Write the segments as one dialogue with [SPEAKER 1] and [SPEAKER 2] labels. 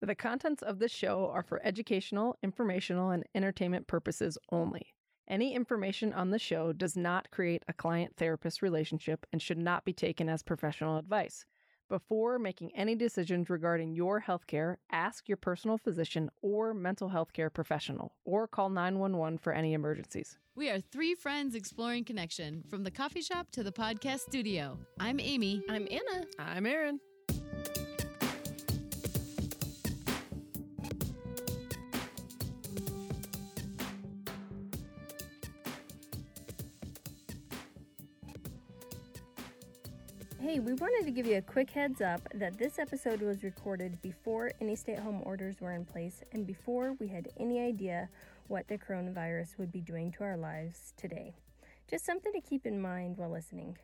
[SPEAKER 1] The contents of this show are for educational, informational, and entertainment purposes only. Any information on the show does not create a client therapist relationship and should not be taken as professional advice. Before making any decisions regarding your healthcare, ask your personal physician or mental health care professional, or call 911 for any emergencies.
[SPEAKER 2] We are three friends exploring connection from the coffee shop to the podcast studio. I'm Amy.
[SPEAKER 3] I'm Anna.
[SPEAKER 1] I'm Aaron.
[SPEAKER 3] Hey, we wanted to give you a quick heads up that this episode was recorded before any stay at home orders were in place and before we had any idea what the coronavirus would be doing to our lives today. Just something to keep in mind while listening.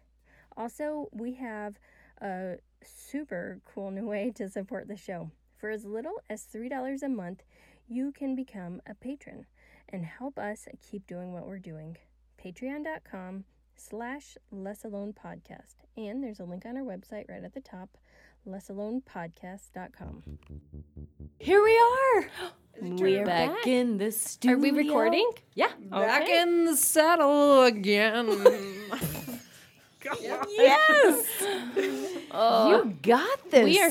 [SPEAKER 3] Also, we have a super cool new way to support the show. For as little as $3 a month, you can become a patron and help us keep doing what we're doing. Patreon.com slash less alone podcast and there's a link on our website right at the top lessalonepodcast.com
[SPEAKER 4] Here we are.
[SPEAKER 3] we're
[SPEAKER 4] back, in the studio.
[SPEAKER 3] are we recording
[SPEAKER 4] Yeah.
[SPEAKER 1] Back in the saddle again.
[SPEAKER 4] Yes. you got this.
[SPEAKER 3] We are here.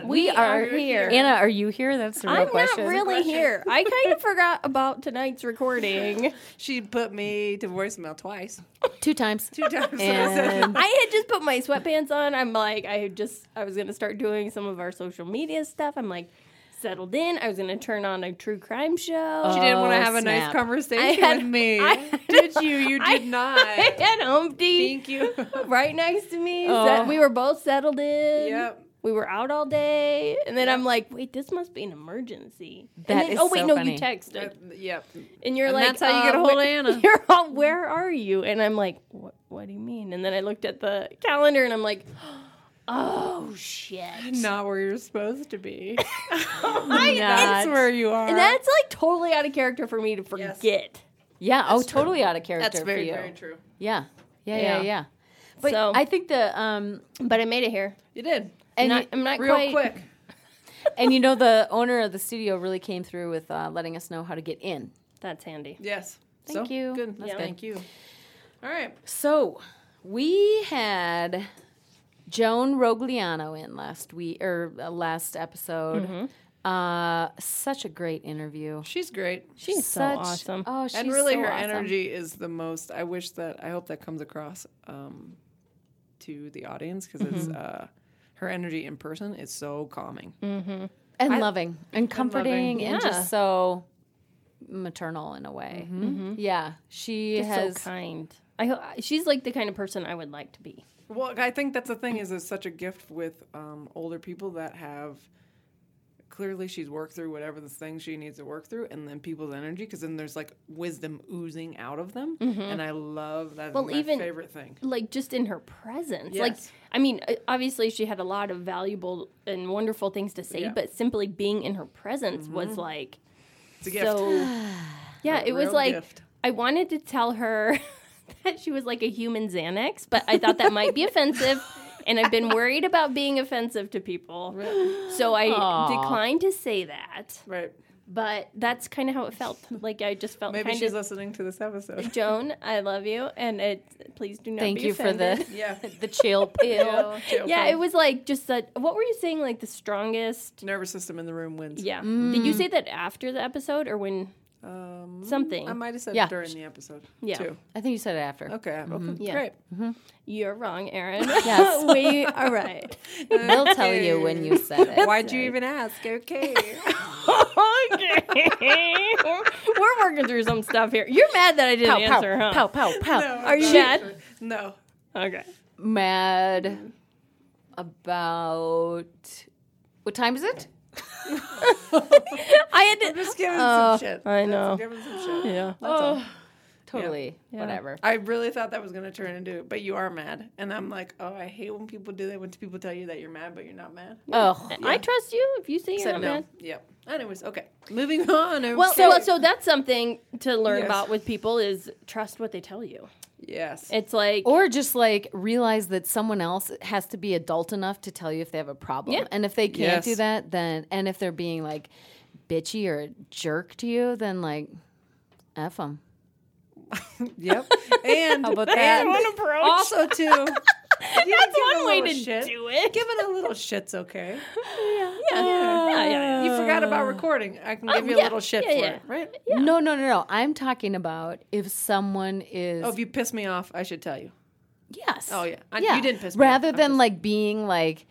[SPEAKER 4] thing.
[SPEAKER 3] We
[SPEAKER 4] We,
[SPEAKER 3] are
[SPEAKER 4] are,
[SPEAKER 3] here.
[SPEAKER 4] here. Anna, are you here? That's the real
[SPEAKER 3] i'm not
[SPEAKER 4] question.
[SPEAKER 3] really here i kind of forgot about tonight's recording
[SPEAKER 1] she put me to voicemail twice.
[SPEAKER 4] Two times.
[SPEAKER 1] Two times.
[SPEAKER 4] And
[SPEAKER 3] i had just put my sweatpants on i'm like i had just i was gonna start doing some of our social media stuff i'm like settled in i was gonna turn on a true crime show
[SPEAKER 4] Oh,
[SPEAKER 1] She didn't want to have a nice
[SPEAKER 4] snap.
[SPEAKER 3] I
[SPEAKER 1] conversation
[SPEAKER 3] had-
[SPEAKER 1] with me.
[SPEAKER 3] I-
[SPEAKER 1] did you? You
[SPEAKER 3] I-
[SPEAKER 1] did not.
[SPEAKER 3] and Humpty
[SPEAKER 1] Thank you.
[SPEAKER 3] right next to me. Set-
[SPEAKER 4] Oh.
[SPEAKER 3] we were both settled in.
[SPEAKER 1] Yep.
[SPEAKER 3] We were out all day, and then I'm like, "Wait, this must be an emergency." And
[SPEAKER 4] That
[SPEAKER 3] then-
[SPEAKER 4] is
[SPEAKER 3] oh wait,
[SPEAKER 4] so
[SPEAKER 3] no,
[SPEAKER 4] funny.
[SPEAKER 3] you texted,
[SPEAKER 1] Uh, yep.
[SPEAKER 3] and you're
[SPEAKER 1] And
[SPEAKER 3] like,
[SPEAKER 1] that's how you get
[SPEAKER 3] uh,
[SPEAKER 1] a hold of
[SPEAKER 3] wh-
[SPEAKER 1] Anna.
[SPEAKER 3] You're all, "Where are you?" And I'm like, "What? What do you mean?" And then I looked at the calendar, and I'm like, "Oh shit!"
[SPEAKER 1] Not where you're supposed to be.
[SPEAKER 4] I,
[SPEAKER 1] That's where you are.
[SPEAKER 3] And that's like totally out of character for me to forget.
[SPEAKER 4] Yeah. Oh, totally out of character.
[SPEAKER 1] That's very,
[SPEAKER 4] for you.
[SPEAKER 1] very true.
[SPEAKER 4] Yeah. Yeah. Yeah.
[SPEAKER 3] Yeah.
[SPEAKER 4] Yeah. But
[SPEAKER 3] So-
[SPEAKER 4] I think the um
[SPEAKER 3] But I made it here.
[SPEAKER 1] You did.
[SPEAKER 4] and
[SPEAKER 3] Not-
[SPEAKER 4] you-
[SPEAKER 3] I'm not
[SPEAKER 1] Real
[SPEAKER 3] quite.
[SPEAKER 1] quick.
[SPEAKER 4] and you know the owner of the studio really came through with uh, letting us know how to get in.
[SPEAKER 3] That's handy.
[SPEAKER 1] Yes.
[SPEAKER 4] Thank
[SPEAKER 1] So,
[SPEAKER 4] you.
[SPEAKER 1] Good.
[SPEAKER 4] That's
[SPEAKER 3] Yeah.
[SPEAKER 4] good.
[SPEAKER 1] Thank you. All right.
[SPEAKER 4] So we had Joan Rogliano in last week or uh, last episode. Uh, such a great interview.
[SPEAKER 1] She's great.
[SPEAKER 3] She's
[SPEAKER 4] Such-
[SPEAKER 3] so awesome.
[SPEAKER 4] Oh, she's
[SPEAKER 1] and really,
[SPEAKER 4] so
[SPEAKER 1] her
[SPEAKER 4] awesome.
[SPEAKER 1] energy is the most. I wish that. I hope that comes across um, to the audience because it's
[SPEAKER 3] Mm-hmm.
[SPEAKER 1] uh, her energy in person is so calming.
[SPEAKER 4] and loving and comforting and,
[SPEAKER 3] Yeah.
[SPEAKER 4] just so maternal in a way.
[SPEAKER 3] Mm-hmm.
[SPEAKER 4] Yeah, she
[SPEAKER 3] Just
[SPEAKER 4] has.
[SPEAKER 3] so kind. I ho- she's like the kind of person I would like to be.
[SPEAKER 1] Well, I think that's the thing is it's such a gift with um, older people that have clearly she's worked through whatever the thing she needs to work through, and then people's energy because then there's like wisdom oozing out of them, and I love that.
[SPEAKER 3] Mm-hmm. Well,
[SPEAKER 1] my
[SPEAKER 3] even-
[SPEAKER 1] favorite thing.
[SPEAKER 3] Like just in her presence. Like
[SPEAKER 1] Yes.
[SPEAKER 3] I mean, uh, obviously she had a lot of valuable and wonderful things to say,
[SPEAKER 1] Yeah. Mm-hmm.
[SPEAKER 3] but simply being in her presence was like
[SPEAKER 1] It's a gift.
[SPEAKER 3] so. yeah,
[SPEAKER 1] A
[SPEAKER 3] it was
[SPEAKER 1] real
[SPEAKER 3] like
[SPEAKER 1] gift.
[SPEAKER 3] I wanted to tell her that she was like a human Xanax, but I thought that might be offensive. And I've been worried about being offensive to people. So I
[SPEAKER 4] Aw.
[SPEAKER 3] declined to say that.
[SPEAKER 1] right?
[SPEAKER 3] But that's kind of how it felt. Like I just felt
[SPEAKER 1] Maybe
[SPEAKER 3] kind
[SPEAKER 1] she's
[SPEAKER 3] of
[SPEAKER 1] listening to this episode.
[SPEAKER 3] Joan, I love you, and it, please do not.
[SPEAKER 4] Thank
[SPEAKER 3] be
[SPEAKER 4] you
[SPEAKER 3] offended.
[SPEAKER 4] for
[SPEAKER 1] Yeah.
[SPEAKER 4] the the chill pill.
[SPEAKER 1] Yeah, chill
[SPEAKER 3] Yeah,
[SPEAKER 1] pill.
[SPEAKER 3] it was like just that. What were you saying? Like the strongest.
[SPEAKER 1] nervous system in the room wins.
[SPEAKER 3] Yeah. Did
[SPEAKER 4] Mm.
[SPEAKER 3] you say that after the episode or when
[SPEAKER 1] Um,
[SPEAKER 3] something?
[SPEAKER 1] I might have said
[SPEAKER 4] Yeah.
[SPEAKER 1] during the episode.
[SPEAKER 3] Yeah. Mm-hmm.
[SPEAKER 1] Too.
[SPEAKER 4] I think you said it after.
[SPEAKER 1] Okay. Okay.
[SPEAKER 3] Yeah.
[SPEAKER 1] Great.
[SPEAKER 3] You're wrong, Aaron.
[SPEAKER 4] Mm-hmm. Yes.
[SPEAKER 3] we are right.
[SPEAKER 4] They'll tell you when you said it.
[SPEAKER 1] Why'd you even ask? Okay.
[SPEAKER 3] okay. we're working through some stuff here. You're mad that I didn't
[SPEAKER 4] Pow pow,
[SPEAKER 3] answer, huh?
[SPEAKER 4] pow pow pow.
[SPEAKER 3] Are you mad?
[SPEAKER 1] No.
[SPEAKER 3] Okay.
[SPEAKER 4] Mad about what time is it?
[SPEAKER 3] I had to.
[SPEAKER 1] Just giving
[SPEAKER 3] Oh,
[SPEAKER 1] some shit.
[SPEAKER 3] I know.
[SPEAKER 1] Giving some shit.
[SPEAKER 3] yeah. Oh.
[SPEAKER 1] all.
[SPEAKER 4] Totally. Whatever.
[SPEAKER 1] I really thought that was going to turn into it, but you are mad. And I'm like, oh, I hate when people do that, when people tell you that you're mad, but you're not mad.
[SPEAKER 4] Oh,
[SPEAKER 3] I trust you. If you say you're
[SPEAKER 1] Said
[SPEAKER 3] not
[SPEAKER 1] no.
[SPEAKER 3] mad,
[SPEAKER 1] Yep. Anyways, okay. Moving on.
[SPEAKER 3] Well,
[SPEAKER 1] so,
[SPEAKER 3] well, so that's something to learn
[SPEAKER 1] Yes.
[SPEAKER 3] about with people is trust what they tell you.
[SPEAKER 1] Yes.
[SPEAKER 3] It's like
[SPEAKER 4] Or just like realize that someone else has to be adult enough to tell you if they have a problem. And if they can't
[SPEAKER 1] Yes.
[SPEAKER 4] do that, then, and if they're being like bitchy or a jerk to you, then like, F them.
[SPEAKER 1] Yep. And,
[SPEAKER 4] about that?
[SPEAKER 1] and also too. That's
[SPEAKER 3] one way to do it.
[SPEAKER 1] Give it a little shit's okay.
[SPEAKER 3] Yeah, yeah, yeah.
[SPEAKER 1] You forgot about recording. I can give you a
[SPEAKER 3] Oh, yeah,
[SPEAKER 1] little shit
[SPEAKER 3] yeah,
[SPEAKER 1] for
[SPEAKER 3] yeah.
[SPEAKER 1] it, right?
[SPEAKER 4] No, no, no, no. I'm talking about if someone is.
[SPEAKER 1] Oh, if you piss me off, I should tell you.
[SPEAKER 4] yes.
[SPEAKER 1] Oh yeah, I,
[SPEAKER 4] yeah.
[SPEAKER 1] you didn't piss me off.
[SPEAKER 4] Rather than like being like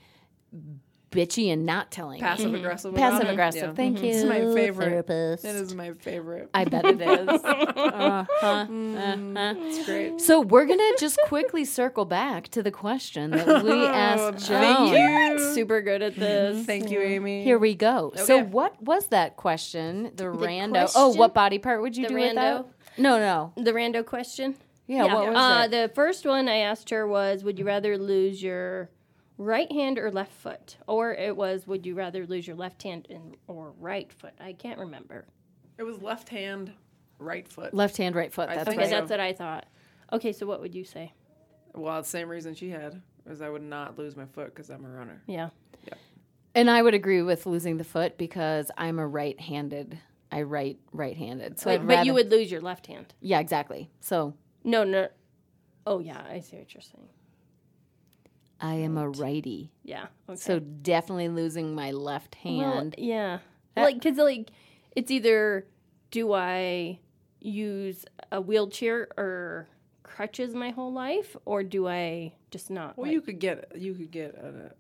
[SPEAKER 4] bitchy and not telling. you.
[SPEAKER 1] passive aggressive.
[SPEAKER 4] Passive aggressive. Thank you.
[SPEAKER 1] It's my favorite.
[SPEAKER 4] therapist.
[SPEAKER 1] That is my favorite.
[SPEAKER 4] I bet it is. Uh-huh.
[SPEAKER 1] It's great.
[SPEAKER 4] So we're gonna just quickly circle back to the question that we asked
[SPEAKER 1] Oh, Thank
[SPEAKER 4] Joan.
[SPEAKER 1] you.
[SPEAKER 3] Super good at this.
[SPEAKER 1] Thank you, Amy.
[SPEAKER 4] Here we go. So
[SPEAKER 1] Okay.
[SPEAKER 4] what was that question? The, rando. oh,
[SPEAKER 3] question?
[SPEAKER 4] what body part would you
[SPEAKER 3] The
[SPEAKER 4] do with that?
[SPEAKER 3] rando?
[SPEAKER 4] No, no.
[SPEAKER 3] The rando question.
[SPEAKER 4] Yeah, what was
[SPEAKER 3] uh,
[SPEAKER 4] it?
[SPEAKER 3] The first one I asked her was, "Would you rather lose your right hand or left foot?" Or it was, "Would you rather lose your left hand and, or right foot?" I can't remember.
[SPEAKER 1] It was left hand, right foot.
[SPEAKER 4] Left hand, right foot. That's
[SPEAKER 1] think
[SPEAKER 3] Okay,
[SPEAKER 4] right.
[SPEAKER 1] so.
[SPEAKER 3] that's what I thought. Okay, so what would you say?
[SPEAKER 1] Well, the same reason she had was I would not lose my foot because I'm a runner.
[SPEAKER 3] Yeah.
[SPEAKER 4] And I would agree with losing the foot because I'm a right-handed. I write right-handed. So, I'd
[SPEAKER 3] But,
[SPEAKER 4] rather,
[SPEAKER 3] you would lose your left hand.
[SPEAKER 4] Yeah, exactly. So
[SPEAKER 3] No, no. Oh yeah, I see what you're saying.
[SPEAKER 4] I am a righty.
[SPEAKER 3] Yeah. Okay.
[SPEAKER 4] So definitely losing my left
[SPEAKER 3] Well,
[SPEAKER 4] hand.
[SPEAKER 3] yeah. Like 'cause like, cause like, it's either do I use a wheelchair or crutches my whole life, or do I just not?
[SPEAKER 1] Well,
[SPEAKER 3] like-
[SPEAKER 1] you could get you could get a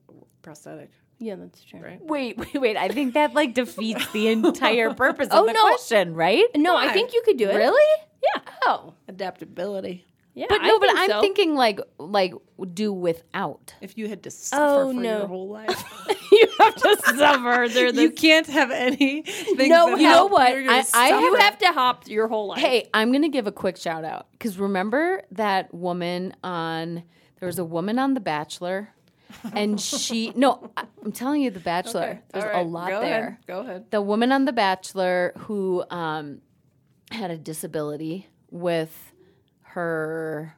[SPEAKER 1] prosthetic.
[SPEAKER 3] yeah, that's true.
[SPEAKER 1] Right.
[SPEAKER 4] Wait, wait, wait. I think that like defeats the entire purpose
[SPEAKER 3] Oh,
[SPEAKER 4] of
[SPEAKER 3] no.
[SPEAKER 4] question, right?
[SPEAKER 3] No, I think you could do it.
[SPEAKER 4] Really?
[SPEAKER 3] Yeah. Oh.
[SPEAKER 1] Adaptability.
[SPEAKER 3] Yeah.
[SPEAKER 4] But no,
[SPEAKER 3] I
[SPEAKER 4] but
[SPEAKER 3] think
[SPEAKER 4] I'm
[SPEAKER 3] so.
[SPEAKER 4] thinking like like do without.
[SPEAKER 1] If you had to suffer
[SPEAKER 3] Oh,
[SPEAKER 1] for
[SPEAKER 3] no.
[SPEAKER 1] your whole life,
[SPEAKER 3] you have to suffer. They're the
[SPEAKER 1] you can't have any. Things
[SPEAKER 4] No,
[SPEAKER 1] that
[SPEAKER 4] you know
[SPEAKER 1] help.
[SPEAKER 4] what?
[SPEAKER 1] You're gonna
[SPEAKER 4] I- I-
[SPEAKER 1] suffer.
[SPEAKER 3] you have to hop your whole life.
[SPEAKER 4] Hey, I'm gonna give a quick shout out because remember that woman on there was a woman on The Bachelor, and she no, I- I'm telling you, The Bachelor. There's
[SPEAKER 1] All
[SPEAKER 4] a
[SPEAKER 1] right,
[SPEAKER 4] lot
[SPEAKER 1] go
[SPEAKER 4] there.
[SPEAKER 1] Ahead. Go ahead.
[SPEAKER 4] The woman on The Bachelor who um, had a disability with her,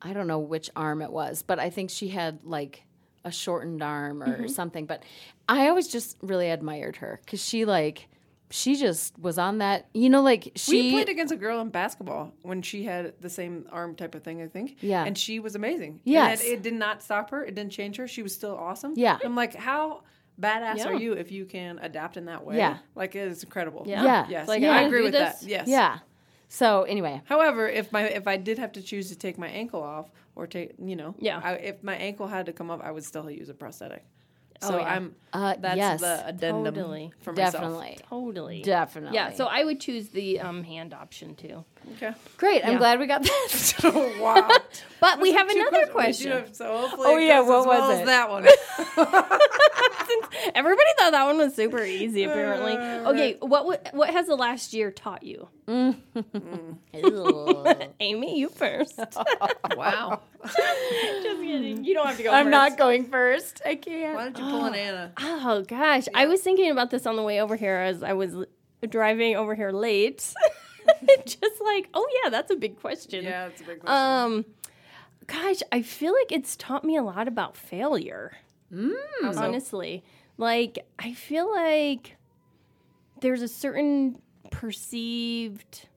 [SPEAKER 4] I don't know which arm it was, but I think she had like a shortened arm or something. But I always just really admired her because she like she just was on that. You know, like
[SPEAKER 1] We
[SPEAKER 4] she
[SPEAKER 1] played against a girl in basketball when she had the same arm type of thing, I think.
[SPEAKER 4] Yeah.
[SPEAKER 1] And she was amazing.
[SPEAKER 4] Yes.
[SPEAKER 1] And it, it did not stop her. It didn't change her. She was still awesome.
[SPEAKER 4] Yeah.
[SPEAKER 1] I'm like, how badass are you if you can adapt in that way?
[SPEAKER 4] Yeah.
[SPEAKER 1] Like, it's incredible.
[SPEAKER 3] Yeah.
[SPEAKER 4] Yeah.
[SPEAKER 1] Yes.
[SPEAKER 3] Like,
[SPEAKER 1] yeah.
[SPEAKER 3] I
[SPEAKER 1] I agree
[SPEAKER 3] do
[SPEAKER 1] with
[SPEAKER 3] this.
[SPEAKER 1] that. Yes.
[SPEAKER 4] yeah. So anyway,
[SPEAKER 1] However, if my if I did have to choose to take my ankle off or take you know
[SPEAKER 3] Yeah.
[SPEAKER 1] I, if my ankle had to come off I would still use a prosthetic. So I'm
[SPEAKER 4] Uh,
[SPEAKER 1] that's
[SPEAKER 4] yes.
[SPEAKER 1] the addendum
[SPEAKER 3] Totally.
[SPEAKER 1] for myself.
[SPEAKER 4] definitely,
[SPEAKER 3] Totally.
[SPEAKER 4] definitely.
[SPEAKER 3] Yeah, so I would choose the um, hand option too.
[SPEAKER 1] Okay.
[SPEAKER 4] great. I'm glad we got that.
[SPEAKER 1] Oh, wow.
[SPEAKER 3] But we have
[SPEAKER 1] Two
[SPEAKER 3] another
[SPEAKER 1] questions. We
[SPEAKER 3] question.
[SPEAKER 1] do have- So hopefully oh yeah, what as well was as
[SPEAKER 4] it?
[SPEAKER 1] that one?
[SPEAKER 3] Everybody thought that one was super easy. Apparently, okay. What w- what has the last year taught you, Amy? You first.
[SPEAKER 1] wow.
[SPEAKER 3] you don't have to go.
[SPEAKER 4] Hmm. I'm not going first. I can't.
[SPEAKER 1] Why don't you pull an Anna?
[SPEAKER 3] Oh gosh, I was thinking about this on the way over here as I was l- driving over here late. Just like, oh yeah, that's a big question.
[SPEAKER 1] Yeah, it's a big question.
[SPEAKER 3] Um, gosh, I feel like it's taught me a lot about failure.
[SPEAKER 1] Mm.
[SPEAKER 3] Honestly, like I feel like there's a certain perceived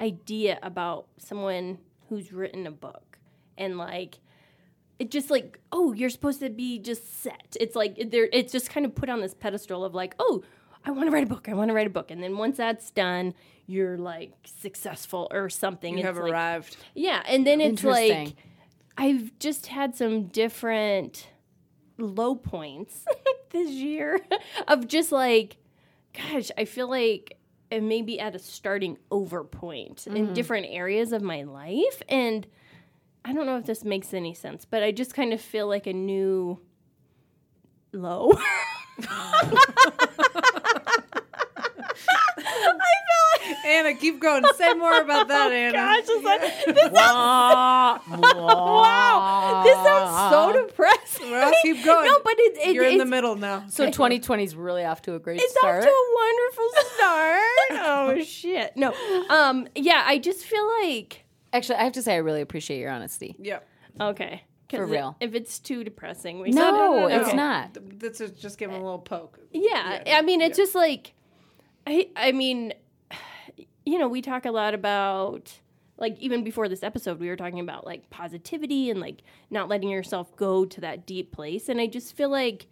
[SPEAKER 3] idea about someone who's written a book, and like it just like oh you're supposed to be just set it's like there it's just kind of put on this pedestal of like oh i want to write a book i want to write a book and then once that's done you're like successful or something
[SPEAKER 1] you
[SPEAKER 3] It's
[SPEAKER 1] have
[SPEAKER 3] like-
[SPEAKER 1] arrived.
[SPEAKER 3] yeah and then it's like
[SPEAKER 4] Interesting.
[SPEAKER 3] i've just had some different low points this year of just like gosh i feel like and maybe at a starting over point in different areas of my life and I don't know if this makes any sense, but I just kind of feel like a new low.
[SPEAKER 1] Anna, keep going. Say more about
[SPEAKER 3] Oh,
[SPEAKER 1] that, Anna.
[SPEAKER 3] wow, this sounds so depressing.
[SPEAKER 1] Well, keep going.
[SPEAKER 3] No, but it, it,
[SPEAKER 1] You're
[SPEAKER 3] it's,
[SPEAKER 1] in the middle now.
[SPEAKER 4] So 2020 is really off to a great
[SPEAKER 3] it's
[SPEAKER 4] start.
[SPEAKER 3] off to a wonderful start. oh shit! No, um, yeah, I just feel like
[SPEAKER 4] Actually, I have to say, I really appreciate your honesty.
[SPEAKER 1] Yep.
[SPEAKER 3] Okay. 'Cause
[SPEAKER 4] For
[SPEAKER 3] it-
[SPEAKER 4] real.
[SPEAKER 3] if it's too depressing, we
[SPEAKER 4] No,
[SPEAKER 1] no, no,
[SPEAKER 4] it's
[SPEAKER 1] no.
[SPEAKER 4] not.
[SPEAKER 1] Th- That's a, just give him a little poke.
[SPEAKER 3] Yeah, I mean, it's just like, I, I mean, you know, we talk a lot about like even before this episode, we were talking about like positivity and like not letting yourself go to that deep place, and I just feel like,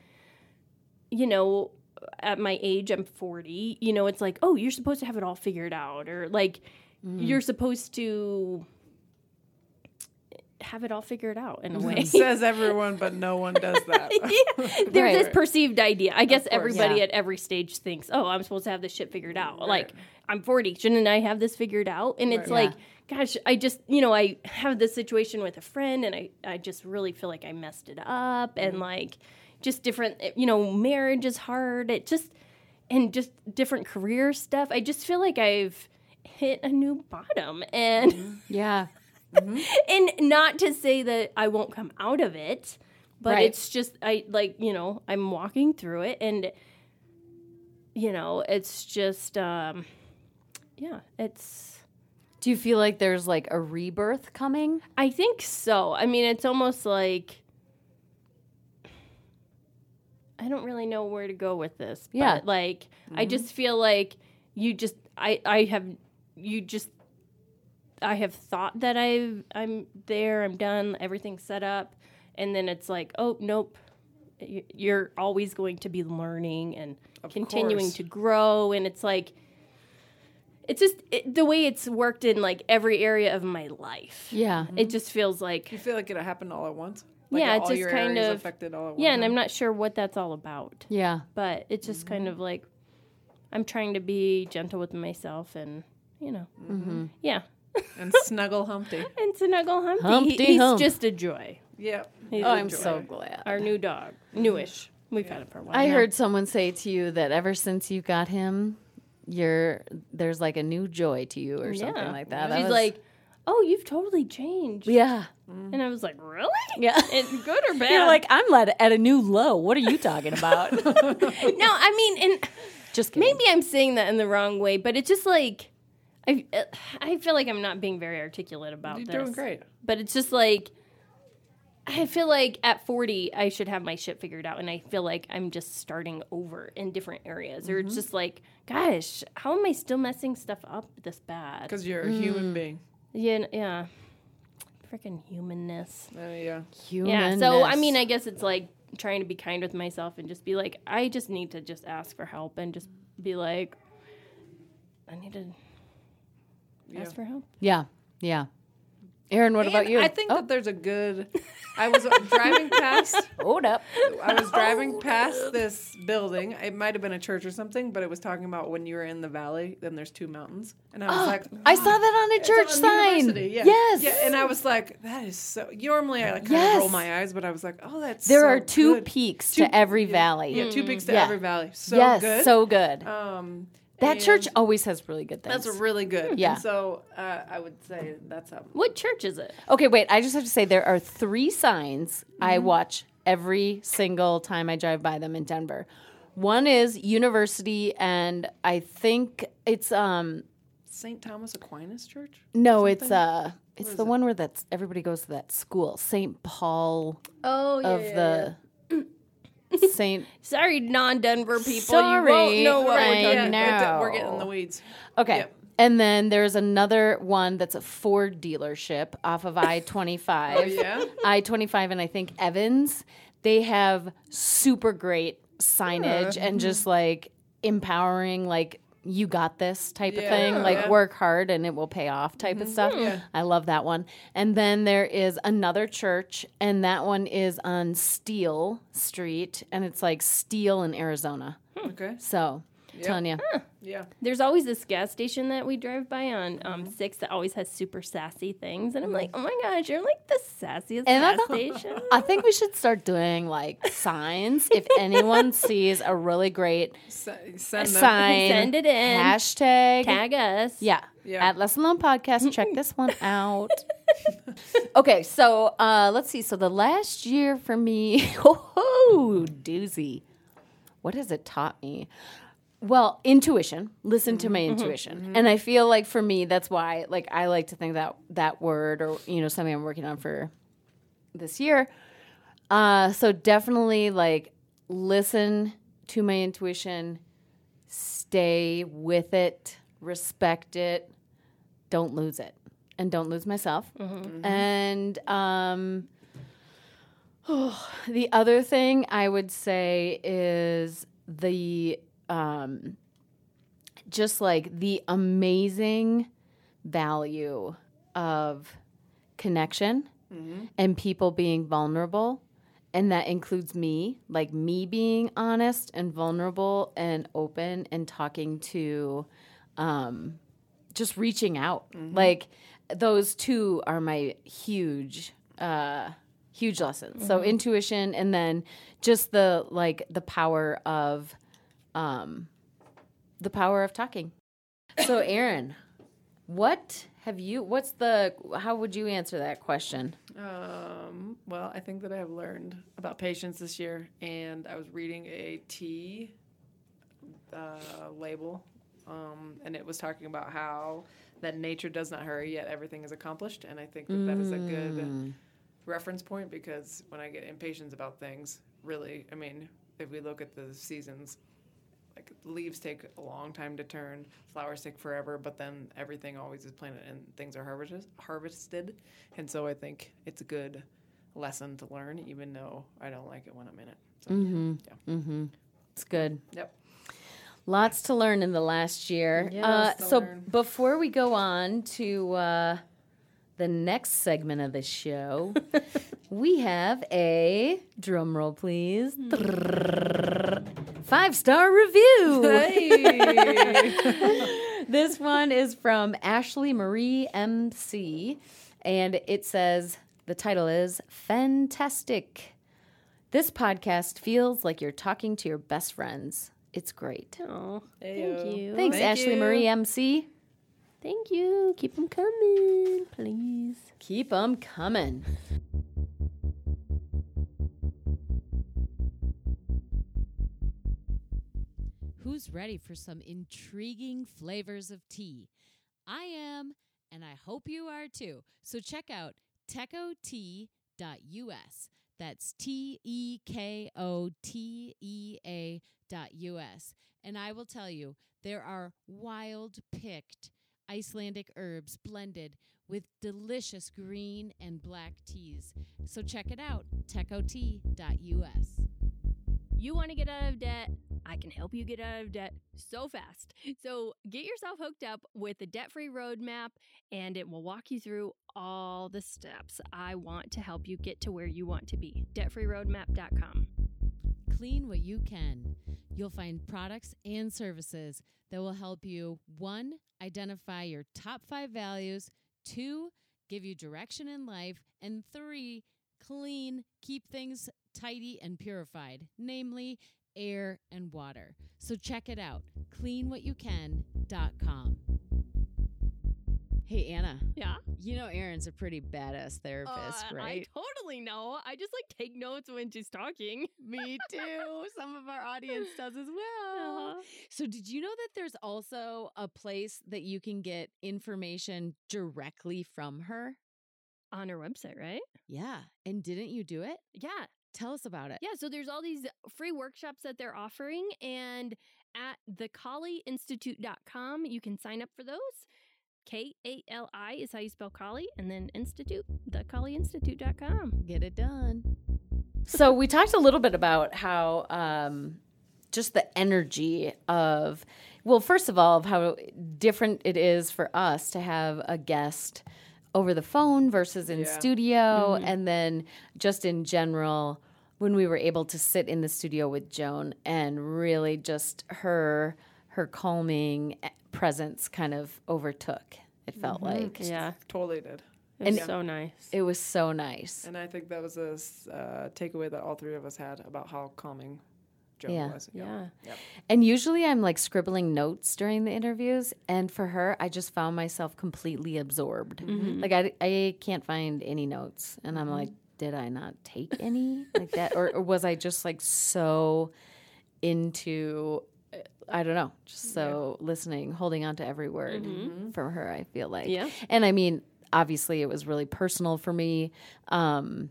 [SPEAKER 3] you know. At my age, I'm 40. You know, it's like, oh, you're supposed to have it all figured out, or like, you're supposed to have it all figured out in a way.
[SPEAKER 1] says everyone, but no one does that.
[SPEAKER 3] there's
[SPEAKER 4] Right.
[SPEAKER 3] this perceived idea. I guess everybody
[SPEAKER 4] Yeah.
[SPEAKER 3] at every stage thinks, "Oh, I'm supposed to have this shit figured out." Like, I'm 40, shouldn't I have this figured out? And it's
[SPEAKER 4] Right.
[SPEAKER 3] like, gosh, I just, you know, I have this situation with a friend, and I, I just really feel like I messed it up,
[SPEAKER 4] Mm-hmm.
[SPEAKER 3] and like, just different, eh, you know, marriage is hard. It just, and just different career stuff. I just feel like I've hit a new bottom, and
[SPEAKER 4] Mm-hmm. Yeah.
[SPEAKER 3] and not to say that I won't come out of it, but
[SPEAKER 4] Right.
[SPEAKER 3] it's just I like you know I'm walking through it, and you know it's just um, yeah, it's
[SPEAKER 4] Do you feel like there's like a rebirth coming?
[SPEAKER 3] I think so. I mean, it's almost like I don't really know where to go with this.
[SPEAKER 4] Yeah.
[SPEAKER 3] but like I just feel like you just I I have you just I have thought that I I'm there, I'm done, everything's set up, and then it's like, oh nope, Y- you're always going to be learning and continuing
[SPEAKER 1] course.
[SPEAKER 3] to grow, and it's like. It's just it, the way it's worked in like every area of my life.
[SPEAKER 4] Yeah.
[SPEAKER 3] It Mm-hmm. just feels like
[SPEAKER 1] you feel like it happened all at once. Like
[SPEAKER 3] Yeah,
[SPEAKER 1] all
[SPEAKER 3] it's just
[SPEAKER 1] your
[SPEAKER 3] kind
[SPEAKER 1] areas
[SPEAKER 3] of-
[SPEAKER 1] affected all at
[SPEAKER 3] yeah,
[SPEAKER 1] once.
[SPEAKER 3] and I'm not sure what that's all about.
[SPEAKER 4] Yeah.
[SPEAKER 3] But it's just kind of like I'm trying to be gentle with myself and you know. Yeah.
[SPEAKER 1] and snuggle Humpty.
[SPEAKER 3] And Snuggle Humpty,
[SPEAKER 4] Humpty
[SPEAKER 3] he- he's
[SPEAKER 4] Hump.
[SPEAKER 3] just a joy.
[SPEAKER 1] Yeah.
[SPEAKER 3] He's
[SPEAKER 4] Oh,
[SPEAKER 3] a
[SPEAKER 4] I'm
[SPEAKER 3] joy.
[SPEAKER 4] so glad.
[SPEAKER 3] Our new dog, newish. We've had it for a while.
[SPEAKER 4] I heard someone say to you that ever since you got him, you're there's like a new joy to you or something like that. I
[SPEAKER 3] She's
[SPEAKER 4] was-
[SPEAKER 3] like, "Oh, you've totally changed."
[SPEAKER 4] yeah,
[SPEAKER 3] And I was like, "Really?
[SPEAKER 4] yeah.
[SPEAKER 3] It, good or bad?"
[SPEAKER 4] You're like, I'm at, at a new low. What are you talking about?
[SPEAKER 3] "No, I mean, and
[SPEAKER 4] Just kidding.
[SPEAKER 3] maybe I'm saying that in the wrong way, but it's just like I uh, I feel like I'm not being very articulate about
[SPEAKER 1] You're
[SPEAKER 3] this.
[SPEAKER 1] doing great.
[SPEAKER 3] But it's just like I feel like at 40 I should have my shit figured out and I feel like I'm just starting over in different areas or
[SPEAKER 1] Mm-hmm.
[SPEAKER 3] it's just like gosh, how am I still messing stuff up this bad?
[SPEAKER 1] Because you're a
[SPEAKER 3] Mm.
[SPEAKER 1] human being.
[SPEAKER 3] Yeah, n- yeah. Freaking humanness.
[SPEAKER 1] Uh, yeah.
[SPEAKER 3] Yeah, so I mean I guess it's like trying to be kind with myself and just be like I just need to just ask for help and just be like I need to ask for help.
[SPEAKER 4] yeah, yeah. Aaron, what about
[SPEAKER 1] And
[SPEAKER 4] you? Oh,
[SPEAKER 1] I think that there's a good. I was driving past.
[SPEAKER 4] Hold up.
[SPEAKER 1] I was driving past this building. It might have been a church or something, but it was talking about when you were in the valley. Then there's two mountains, and I was like,
[SPEAKER 4] Oh, I saw that on a
[SPEAKER 1] "It's on
[SPEAKER 4] church sign.
[SPEAKER 1] university." Yeah.
[SPEAKER 4] Yes.
[SPEAKER 1] Yeah, and I was like, that is so. Normally, I like, kind
[SPEAKER 4] Yes.
[SPEAKER 1] of roll my eyes, but I was like, oh, that's.
[SPEAKER 4] there
[SPEAKER 1] so
[SPEAKER 4] are two
[SPEAKER 1] good.
[SPEAKER 4] peaks
[SPEAKER 1] Two-
[SPEAKER 4] to every valley. Mm.
[SPEAKER 1] Yeah, two peaks to
[SPEAKER 4] Yeah.
[SPEAKER 1] every valley. So
[SPEAKER 4] yes,
[SPEAKER 1] good.
[SPEAKER 4] so good.
[SPEAKER 1] um,
[SPEAKER 4] that
[SPEAKER 1] and
[SPEAKER 4] church always has really good things.
[SPEAKER 1] That's really good.
[SPEAKER 4] Hmm, Yeah.
[SPEAKER 1] And so uh, I would say that's how.
[SPEAKER 3] What church is it?
[SPEAKER 4] Okay, wait. I just have to say there are three signs I watch every single time I drive by them in Denver. One is University, and I think it's um
[SPEAKER 1] St. Thomas Aquinas Church.
[SPEAKER 4] no, it's uh it's the one where that's everybody goes to that school, Saint Paul
[SPEAKER 3] Oh,
[SPEAKER 4] of the Saint.
[SPEAKER 3] Sorry, non Denver people.
[SPEAKER 4] Sorry,
[SPEAKER 3] you won't know what
[SPEAKER 4] I
[SPEAKER 3] we're talking
[SPEAKER 1] We're
[SPEAKER 3] about.
[SPEAKER 1] di- We're
[SPEAKER 4] know.
[SPEAKER 1] getting in the weeds.
[SPEAKER 4] Okay. And then there's another one that's a Ford dealership off of I 25.
[SPEAKER 1] Oh, yeah?
[SPEAKER 4] I 25 and I think Evans. They have super great signage and just like empowering, like, you got this type of thing. Like, work hard and it will pay off type of stuff.
[SPEAKER 3] Mm-hmm.
[SPEAKER 4] I love that one. And then there is another church, and that one is on Steele Street, and it's like Steele in Arizona.
[SPEAKER 1] Okay.
[SPEAKER 4] So, telling you.
[SPEAKER 1] Yeah.
[SPEAKER 3] There's always this gas station that we drive by on
[SPEAKER 4] Mm-hmm.
[SPEAKER 3] um, six that always has super sassy things, and I'm like, oh my gosh, you're like the sassiest
[SPEAKER 4] And Mm-hmm.
[SPEAKER 3] gas
[SPEAKER 4] I thought-
[SPEAKER 3] station.
[SPEAKER 4] I think we should start doing like signs. if anyone sees a really great
[SPEAKER 1] Se- Send them.
[SPEAKER 4] sign,
[SPEAKER 3] Send it in,
[SPEAKER 4] hashtag,
[SPEAKER 3] tag us.
[SPEAKER 4] yeah,
[SPEAKER 1] Yeah.
[SPEAKER 4] at Lesson Alone Podcast. Check this one out. okay, so uh, let's see. So the last year for me, oh doozy, what has it taught me? well intuition listen to my intuition and i feel like for me that's why like i like to think that that word or you know something i'm working on for this year uh so definitely like listen to my intuition stay with it respect it don't lose it and don't lose myself and um the other thing I would say is the um, just like the amazing value of connection and people being vulnerable. And that includes me, like me being honest and vulnerable and open and talking to um, just reaching out. Like those two are my huge uh huge lessons. So intuition and then just the like the power of um the power of talking. So Aaron, what have you what's the how would you answer that question?
[SPEAKER 1] Um, well, I think that I have learned about patience this year, and I was reading a tea uh, label, um, and it was talking about how that nature does not hurry, yet everything is accomplished, and I think that that is a good reference point because when I get impatient about things, really, I mean, if we look at the seasons, like leaves take a long time to turn, flowers take forever, but then everything always is planted and things are harvested. Harvested, and so I think it's a good lesson to learn, even though I don't like it when I'm in it. So,
[SPEAKER 4] Mm-hmm.
[SPEAKER 1] yeah.
[SPEAKER 4] It's good.
[SPEAKER 1] Yep.
[SPEAKER 4] Lots to learn in the last year.
[SPEAKER 1] Yeah,
[SPEAKER 4] uh,
[SPEAKER 1] lots to
[SPEAKER 4] so
[SPEAKER 1] learn.
[SPEAKER 4] before we go on to uh, the next segment of the show, we have a drum roll, please.
[SPEAKER 1] Hmm.
[SPEAKER 4] Five star review. this one is from Ashley Marie MC, and it says the title is Fantastic. This podcast feels like you're talking to your best friends. It's great.
[SPEAKER 3] Oh, thank you.
[SPEAKER 4] Thanks, Ashley Marie MC.
[SPEAKER 3] Thank you. Keep them coming, please.
[SPEAKER 4] Keep 'em coming.
[SPEAKER 2] Who's ready for some intriguing flavors of tea? I am, and I hope you are too. So check out techotea.us. That's T E K O T E A dot US. And I will tell you, there are wild picked Icelandic herbs blended with delicious green and black teas. So check it out, techotea.us.
[SPEAKER 5] You want to get out of debt? I can help you get out of debt so fast. So get yourself hooked up with the debt free roadmap, and it will walk you through all the steps I want to help you get to where you want to be. Debtfreeroadmap.com.
[SPEAKER 2] Clean what you can. You'll find products and services that will help you one, identify your top five values, two, give you direction in life, and three, clean, keep things tidy and purified, namely air and water. So check it out cleanwhatyoucan.com. Hey, Anna,
[SPEAKER 5] Yeah.
[SPEAKER 2] you know Aaron's a pretty badass therapist,
[SPEAKER 5] Uh,
[SPEAKER 2] right?
[SPEAKER 5] I totally know. I just like take notes when she's talking.
[SPEAKER 2] Me too. Some of our audience does as well.
[SPEAKER 5] Uh-huh.
[SPEAKER 2] So, did you know that there's also a place that you can get information directly from her?
[SPEAKER 5] On her website, right?
[SPEAKER 2] Yeah. And didn't you do it?
[SPEAKER 5] Yeah.
[SPEAKER 2] Tell us about it.
[SPEAKER 5] Yeah, so there's all these free workshops that they're offering, and at thekaliinstitute.com, you can sign up for those. K A L I is how you spell Kali, and then Institute, thekaliinstitute.com.
[SPEAKER 2] Get it done.
[SPEAKER 4] So we talked a little bit about how um, just the energy of, well, first of all, of how different it is for us to have a guest over the phone versus in studio,
[SPEAKER 2] Mm-hmm.
[SPEAKER 4] and then just in general when we were able to sit in the studio with Joan and really just her her calming eh, presence kind of overtook. It felt
[SPEAKER 2] Mm-hmm.
[SPEAKER 4] like
[SPEAKER 3] Yeah,
[SPEAKER 1] Totally did.
[SPEAKER 3] it's so nice.
[SPEAKER 4] it was so nice.
[SPEAKER 1] And I think that was a s- uh, takeaway that all three of us had about how calming Joan
[SPEAKER 4] Yeah.
[SPEAKER 1] was.
[SPEAKER 3] Yeah.
[SPEAKER 4] And usually I'm like scribbling notes during the interviews. And for her, I just found myself completely absorbed. Like I, I can't find any notes. And I'm like, did I not take any like that? Or, or was I just like so into uh, I don't know, just so listening, holding on to every word from her, I feel like.
[SPEAKER 3] Yeah.
[SPEAKER 4] And I mean, obviously, it was really personal for me. Um,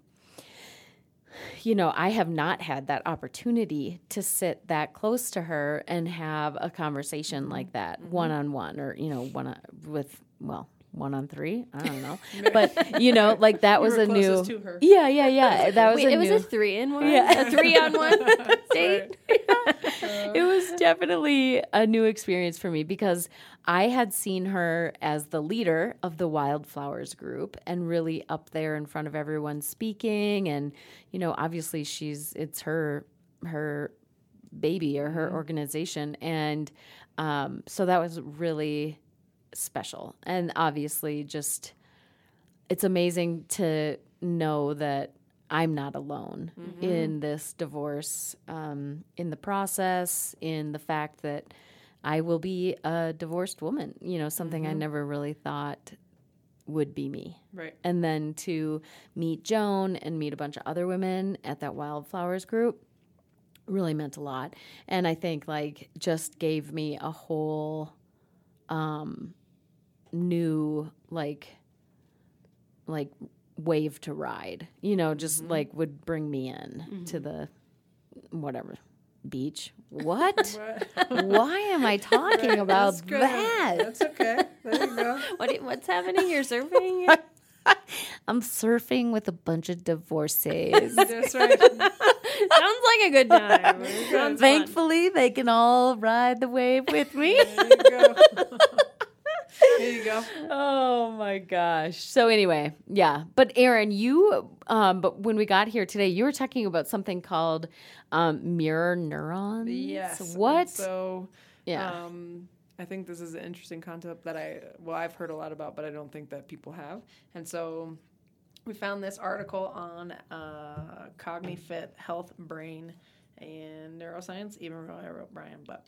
[SPEAKER 4] you know, I have not had that opportunity to sit that close to her and have a conversation like that, one on one, or you know, one on, with well, one on three. I don't know, but you know, like that was
[SPEAKER 1] were
[SPEAKER 4] a new.
[SPEAKER 1] closest to her.
[SPEAKER 4] Yeah, yeah, yeah. That was
[SPEAKER 3] Wait,
[SPEAKER 4] a
[SPEAKER 3] it was
[SPEAKER 4] new-
[SPEAKER 3] a three in one, a three on one date.
[SPEAKER 4] it was definitely a new experience for me because I had seen her as the leader of the Wildflowers group and really up there in front of everyone speaking and you know obviously she's it's her her baby or her organization and um, so that was really special and obviously just it's amazing to know that I'm not alone in this divorce, um, in the process, in the fact that I will be a divorced woman, you know, something I never really thought would be me.
[SPEAKER 1] Right.
[SPEAKER 4] And then to meet Joan and meet a bunch of other women at that Wildflowers group really meant a lot. And I think, like, just gave me a whole um, new, like, like wave to ride you know just like would bring me in to the whatever beach what why am i talking about
[SPEAKER 1] good.
[SPEAKER 4] that
[SPEAKER 1] That's okay. There you go.
[SPEAKER 3] What, what's happening? You're surfing.
[SPEAKER 4] i'm surfing with a bunch of divorcees
[SPEAKER 1] That's right.
[SPEAKER 3] Sounds like a good time. Sounds fun.
[SPEAKER 4] thankfully they can all ride the wave with me
[SPEAKER 1] There you go. there you go.
[SPEAKER 4] oh my gosh so anyway yeah but aaron you um but when we got here today you were talking about something called um mirror neurons
[SPEAKER 1] Yes. and
[SPEAKER 4] what
[SPEAKER 1] So,
[SPEAKER 4] yeah
[SPEAKER 1] um, I think this is an interesting concept that I, well, I've heard a lot about, but I don't think that people have. And so we found this article on uh, CogniFit Health, Brain, and Neuroscience, even though I wrote Brian, but.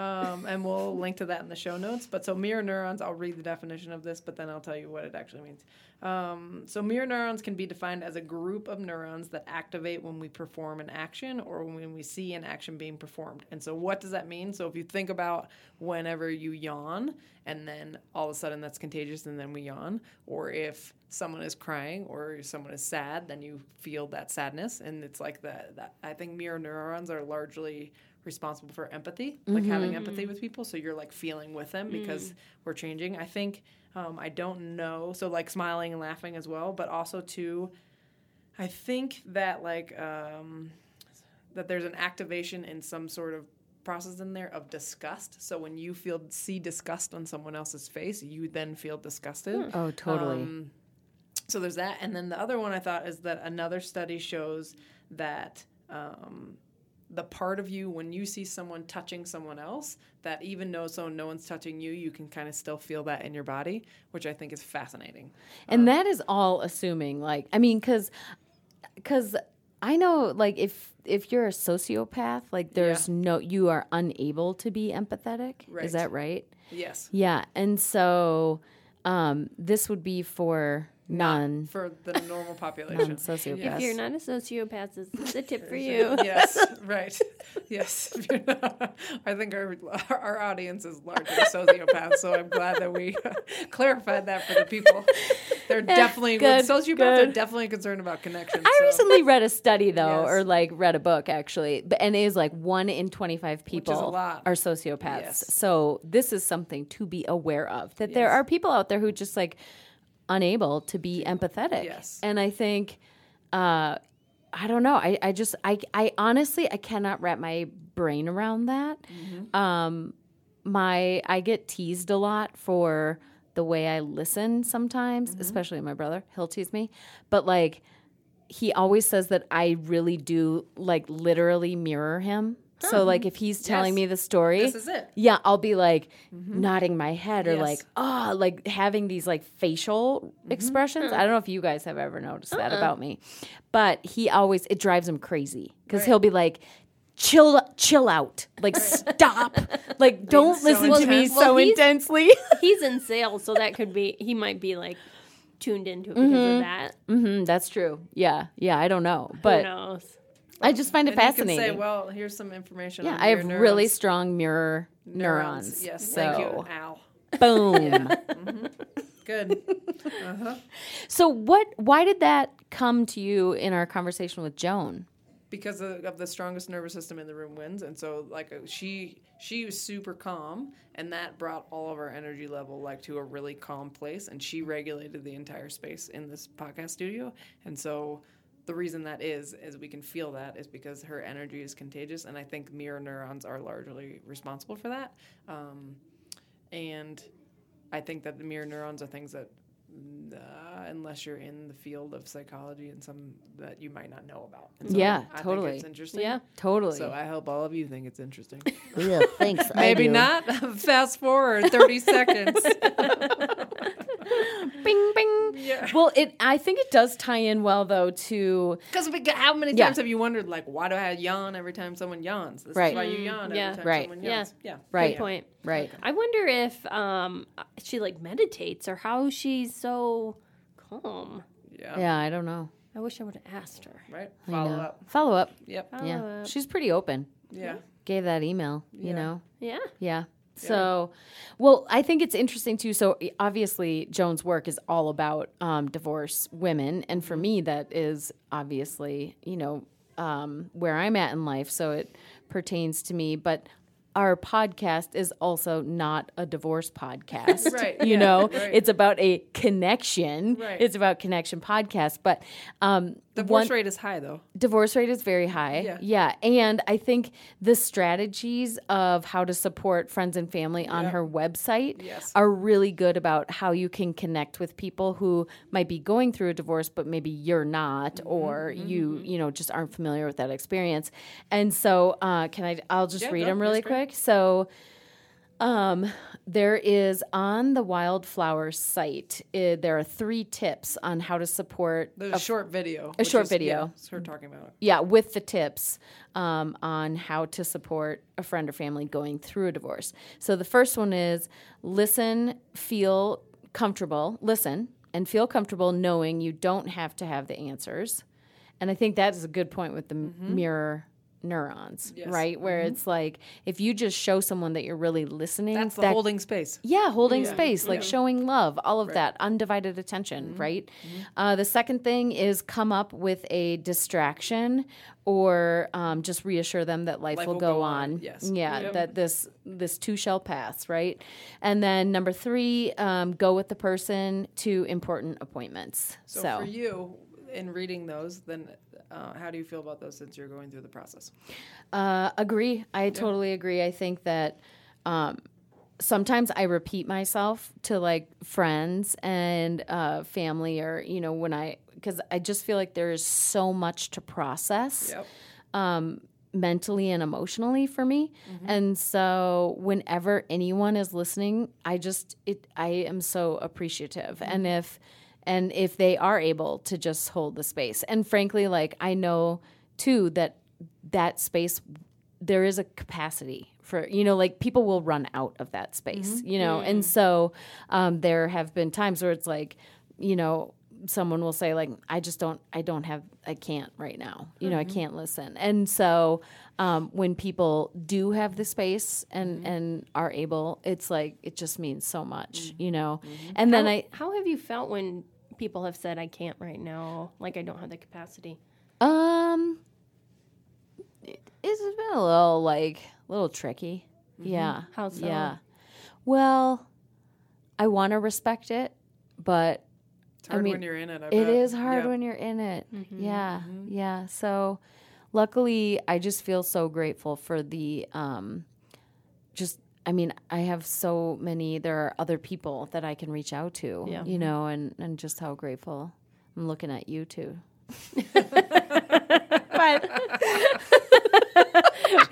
[SPEAKER 1] Um, and we'll link to that in the show notes. But so, mirror neurons, I'll read the definition of this, but then I'll tell you what it actually means. Um, so, mirror neurons can be defined as a group of neurons that activate when we perform an action or when we see an action being performed. And so, what does that mean? So, if you think about whenever you yawn and then all of a sudden that's contagious and then we yawn, or if someone is crying or someone is sad, then you feel that sadness. And it's like the, that I think mirror neurons are largely responsible for empathy, like having empathy with people. So you're like feeling with them because we're changing. I think, um, I don't know. So like smiling and laughing as well, but also too, I think that like, um, that there's an activation in some sort of process in there of disgust. So when you feel see disgust on someone else's face, you then feel disgusted.
[SPEAKER 4] oh totally
[SPEAKER 1] Um, so there's that, and then the other one I thought is that another study shows that um, the part of you when you see someone touching someone else, that even though so no one's touching you, you can kind of still feel that in your body, which I think is fascinating.
[SPEAKER 4] And that is all assuming like I mean cuz cuz I know like if if you're a sociopath like there's no you are unable to be empathetic.
[SPEAKER 1] Right.
[SPEAKER 4] Is that right?
[SPEAKER 1] Yes,
[SPEAKER 4] Yeah. And so um this would be for non
[SPEAKER 1] for the normal population.
[SPEAKER 4] non sociopaths.
[SPEAKER 3] If you're not a sociopath, this is a tip for you.
[SPEAKER 1] yes, right. Yes, I think our our audience is largely sociopaths, so I'm glad that we clarified that for the people. They're definitely
[SPEAKER 4] Eh, good,
[SPEAKER 1] sociopaths are
[SPEAKER 4] good.
[SPEAKER 1] definitely concerned about connections.
[SPEAKER 4] I
[SPEAKER 1] so-
[SPEAKER 4] recently read a study though,
[SPEAKER 1] Yes.
[SPEAKER 4] or like read a book actually, but and it is like one in twenty five people
[SPEAKER 1] lot.
[SPEAKER 4] are sociopaths.
[SPEAKER 1] Yes.
[SPEAKER 4] So this is something to be aware of that there are people out there who just like unable to be empathetic.
[SPEAKER 1] Yes.
[SPEAKER 4] and I think, uh, I don't know. I I just I I honestly I cannot wrap my brain around that. Um, my I get teased a lot for the way I listen sometimes,
[SPEAKER 1] Mm-hmm.
[SPEAKER 4] especially my brother. He'll tease me, but like he always says that I really do like literally mirror him. So like if he's telling
[SPEAKER 1] Oh,
[SPEAKER 4] me
[SPEAKER 1] Yes.
[SPEAKER 4] the story,
[SPEAKER 1] This is it.
[SPEAKER 4] Yeah, I'll be like nodding my head or
[SPEAKER 1] Mm-hmm. Yes. Mm-hmm.
[SPEAKER 4] like oh, like having these like facial expressions. I don't know if you guys have ever noticed
[SPEAKER 1] Uh-uh.
[SPEAKER 4] that about me, but he always it drives him crazy because he'll be like. Chill, chill out. Like, stop. Like, don't listen to me
[SPEAKER 1] intense.
[SPEAKER 4] so
[SPEAKER 3] Well, he's-
[SPEAKER 4] intensely.
[SPEAKER 3] He's in sales, so that could be he might be like tuned into it because of that.
[SPEAKER 4] hmm that's true. Yeah, yeah. I don't know,
[SPEAKER 3] Who
[SPEAKER 4] but
[SPEAKER 3] knows?
[SPEAKER 4] I just find it
[SPEAKER 1] And you can
[SPEAKER 4] fascinating.
[SPEAKER 1] say, well, here's some information.
[SPEAKER 4] yeah,
[SPEAKER 1] on
[SPEAKER 4] I
[SPEAKER 1] your
[SPEAKER 4] have really
[SPEAKER 1] neurons-
[SPEAKER 4] strong mirror neurons.
[SPEAKER 1] neurons. Yes,
[SPEAKER 4] so
[SPEAKER 1] thank you. Ow.
[SPEAKER 4] boom.
[SPEAKER 1] Good.
[SPEAKER 4] So what? Why did that come to you in our conversation with Joan?
[SPEAKER 1] because of, of the strongest nervous system in the room wins and so like uh, she she was super calm and that brought all of our energy level like to a really calm place and she regulated the entire space in this podcast studio and so the reason that is is we can feel that is because her energy is contagious and i think mirror neurons are largely responsible for that um, and I think that the mirror neurons are things that, uh, unless you're in the field of psychology and some that you might not know about. And
[SPEAKER 4] Yeah,
[SPEAKER 1] I
[SPEAKER 4] totally.
[SPEAKER 1] Think it's interesting.
[SPEAKER 3] Yeah.
[SPEAKER 4] Totally.
[SPEAKER 1] So uh, I hope all of you think it's interesting.
[SPEAKER 4] yeah, thanks.
[SPEAKER 1] Maybe not. Fast forward 30 seconds.
[SPEAKER 4] Bing, bing. Well, it. I think it does tie in well though to
[SPEAKER 1] Because how many
[SPEAKER 4] Yeah.
[SPEAKER 1] times have you wondered, like, why do I yawn every time someone yawns? This
[SPEAKER 4] Right.
[SPEAKER 1] is why you yawn every
[SPEAKER 3] yeah.
[SPEAKER 1] time
[SPEAKER 4] Right.
[SPEAKER 1] someone
[SPEAKER 3] Yeah.
[SPEAKER 1] yawns. Mm, Yeah.
[SPEAKER 4] right,
[SPEAKER 3] Good point.
[SPEAKER 4] right.
[SPEAKER 3] I wonder if um, she like meditates or how she's so calm.
[SPEAKER 1] Yeah.
[SPEAKER 4] Yeah, I don't know.
[SPEAKER 3] I wish I would have asked her.
[SPEAKER 1] Right.
[SPEAKER 4] I
[SPEAKER 1] Follow
[SPEAKER 4] know.
[SPEAKER 1] up.
[SPEAKER 4] Follow up.
[SPEAKER 1] Yep.
[SPEAKER 4] yeah,
[SPEAKER 3] Follow up.
[SPEAKER 4] she's pretty open.
[SPEAKER 1] Yeah.
[SPEAKER 4] Gave that email. You
[SPEAKER 1] Yeah.
[SPEAKER 4] know.
[SPEAKER 3] Yeah.
[SPEAKER 4] Yeah. So, well, I think it's interesting too. So, i- obviously, Joan's work is all about um, divorce women. And
[SPEAKER 1] Mm-hmm.
[SPEAKER 4] for me, that is obviously, you know, um, where I'm at in life. So it pertains to me. But our podcast is also not a divorce podcast.
[SPEAKER 1] Right,
[SPEAKER 4] You
[SPEAKER 1] yeah,
[SPEAKER 4] know,
[SPEAKER 1] right.
[SPEAKER 4] it's about a connection.
[SPEAKER 1] Right.
[SPEAKER 4] It's about connection podcast. But um,
[SPEAKER 1] The
[SPEAKER 4] one-
[SPEAKER 1] divorce rate is high, though.
[SPEAKER 4] divorce rate is very high.
[SPEAKER 1] Yeah.
[SPEAKER 4] And I think the strategies of how to support friends and family on her website
[SPEAKER 1] Yes.
[SPEAKER 4] are really good about how you can connect with people who might be going through a divorce but maybe you're not
[SPEAKER 1] Mm-hmm,
[SPEAKER 4] or you you know just aren't familiar with that experience. And so uh, can I I'll just read
[SPEAKER 1] go.
[SPEAKER 4] them really
[SPEAKER 1] That's great.
[SPEAKER 4] quick. So um, there is on the Wildflower site, uh, there are three tips on how to support
[SPEAKER 1] There's a, short video. Mm. which
[SPEAKER 4] short
[SPEAKER 1] is-
[SPEAKER 4] video.
[SPEAKER 1] Yeah, it's her talking about it.
[SPEAKER 4] yeah, with the tips um, on how to support a friend or family going through a divorce. So the first one is listen, feel comfortable, listen, and feel comfortable knowing you don't have to have the answers. And I think that is a good point with the m mirror neurons, right? Where it's like if you just show someone that you're really listening,
[SPEAKER 1] That's the
[SPEAKER 4] that
[SPEAKER 1] holding space.
[SPEAKER 4] yeah, holding space, like showing love, all of that, undivided attention, right? Uh, the second thing is come up with a distraction or um, just reassure them that life, will, go, on.
[SPEAKER 1] yes.
[SPEAKER 4] Yeah, that this this too shall pass, right? And then number three, um, go with the person to important appointments. So,
[SPEAKER 1] So, for you, in reading those, then uh, how do you feel about those since you're going through the process?
[SPEAKER 4] Uh, agree. I totally agree. I think that um, sometimes I repeat myself to like friends and uh, family, or you know, when I because I just feel like there is so much to process
[SPEAKER 1] Yep.
[SPEAKER 4] um, mentally and emotionally for me. And so whenever anyone is listening, I just it I am so appreciative. And if and if they are able to just hold the space. And frankly, like I know too that that space there is a capacity for you know like people will run out of that space you know and so um, there have been times where it's like you know someone will say like i just don't i don't have i can't right now you know i can't listen and so um, when people do have the space and and are able it's like it just means so much you know and then
[SPEAKER 3] how,
[SPEAKER 4] i
[SPEAKER 3] how have you felt when people have said I can't right now, like I don't have the capacity?
[SPEAKER 4] Um, it, has been a little like a little tricky. Yeah.
[SPEAKER 3] How so?
[SPEAKER 4] Yeah. Well, I want to respect it, but
[SPEAKER 1] It's hard
[SPEAKER 4] mean,
[SPEAKER 1] when you're in it. I
[SPEAKER 4] it
[SPEAKER 1] bet.
[SPEAKER 4] is hard
[SPEAKER 1] Yeah.
[SPEAKER 4] when you're in it.
[SPEAKER 3] Mm-hmm.
[SPEAKER 4] Yeah. Yeah. So luckily I just feel so grateful for the um just I mean, I have so many there are other people that I can reach out to.
[SPEAKER 3] Yeah. Mm-hmm.
[SPEAKER 4] You know, and, and just how grateful. I'm looking at you too.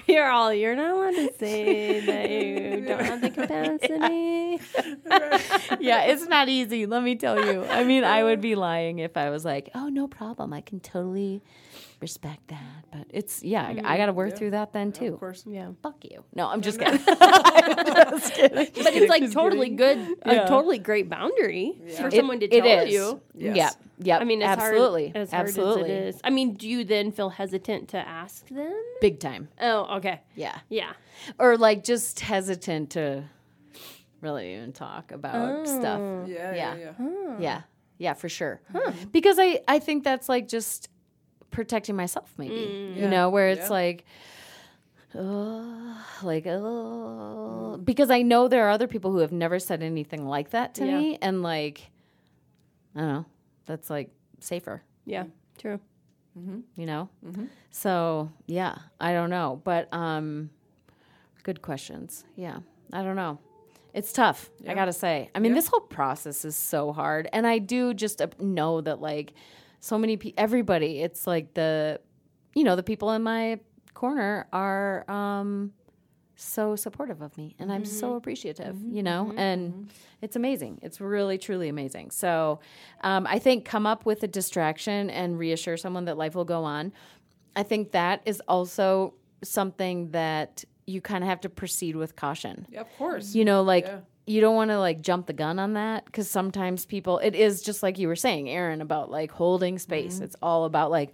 [SPEAKER 3] You're all you're not allowed to say that you don't have the capacity.
[SPEAKER 4] yeah, it's not easy, let me tell you. I mean, I would be lying if I was like, oh, no problem. I can totally respect that. But it's, yeah, I- I got to work through that then too.
[SPEAKER 1] Of course.
[SPEAKER 3] Mm-hmm. Yeah.
[SPEAKER 4] Fuck you. No, I'm just kidding. I'm just kidding.
[SPEAKER 3] But it's like totally good, a totally great boundary for
[SPEAKER 4] It-
[SPEAKER 3] someone to
[SPEAKER 4] it
[SPEAKER 3] tell
[SPEAKER 4] is.
[SPEAKER 3] you.
[SPEAKER 1] Yes.
[SPEAKER 4] Yeah. Yep.
[SPEAKER 3] I mean, as
[SPEAKER 4] absolutely.
[SPEAKER 3] hard, as hard
[SPEAKER 4] absolutely.
[SPEAKER 3] as it is. I mean, do you then feel hesitant to ask them?
[SPEAKER 4] Big time.
[SPEAKER 3] Oh, okay.
[SPEAKER 4] Yeah.
[SPEAKER 3] Yeah.
[SPEAKER 4] Or like just hesitant to really even talk about
[SPEAKER 3] Mm.
[SPEAKER 4] stuff.
[SPEAKER 1] Yeah,
[SPEAKER 4] Yeah.
[SPEAKER 1] yeah, yeah.
[SPEAKER 4] Yeah. Yeah, for sure.
[SPEAKER 1] Hmm.
[SPEAKER 4] Because I, I think that's like just protecting myself, maybe. You know, where it's
[SPEAKER 1] Mm, Yeah.
[SPEAKER 4] like, oh, like, oh.
[SPEAKER 1] Hmm.
[SPEAKER 4] Because I know there are other people who have never said anything like that to
[SPEAKER 3] Yeah.
[SPEAKER 4] me. And like, I don't know, that's like safer,
[SPEAKER 3] Yeah. True.
[SPEAKER 4] you know? So, yeah, I don't know. But um, good questions. Yeah, I don't know. It's tough, I gotta say. I mean, this whole process is so hard, and I do just uh, know that like so many people, everybody. It's like the, you know, the people in my corner are um so supportive of me, and I'm so appreciative. You know, and it's amazing. It's really truly amazing. So, um, I think come up with a distraction and reassure someone that life will go on. I think that is also something that you kind of have to proceed with caution
[SPEAKER 1] Yeah, of course.
[SPEAKER 4] you know like
[SPEAKER 1] Yeah.
[SPEAKER 4] you don't want to like jump the gun on that because sometimes people it is just like you were saying aaron about like holding space
[SPEAKER 1] Mm-hmm.
[SPEAKER 4] it's all about like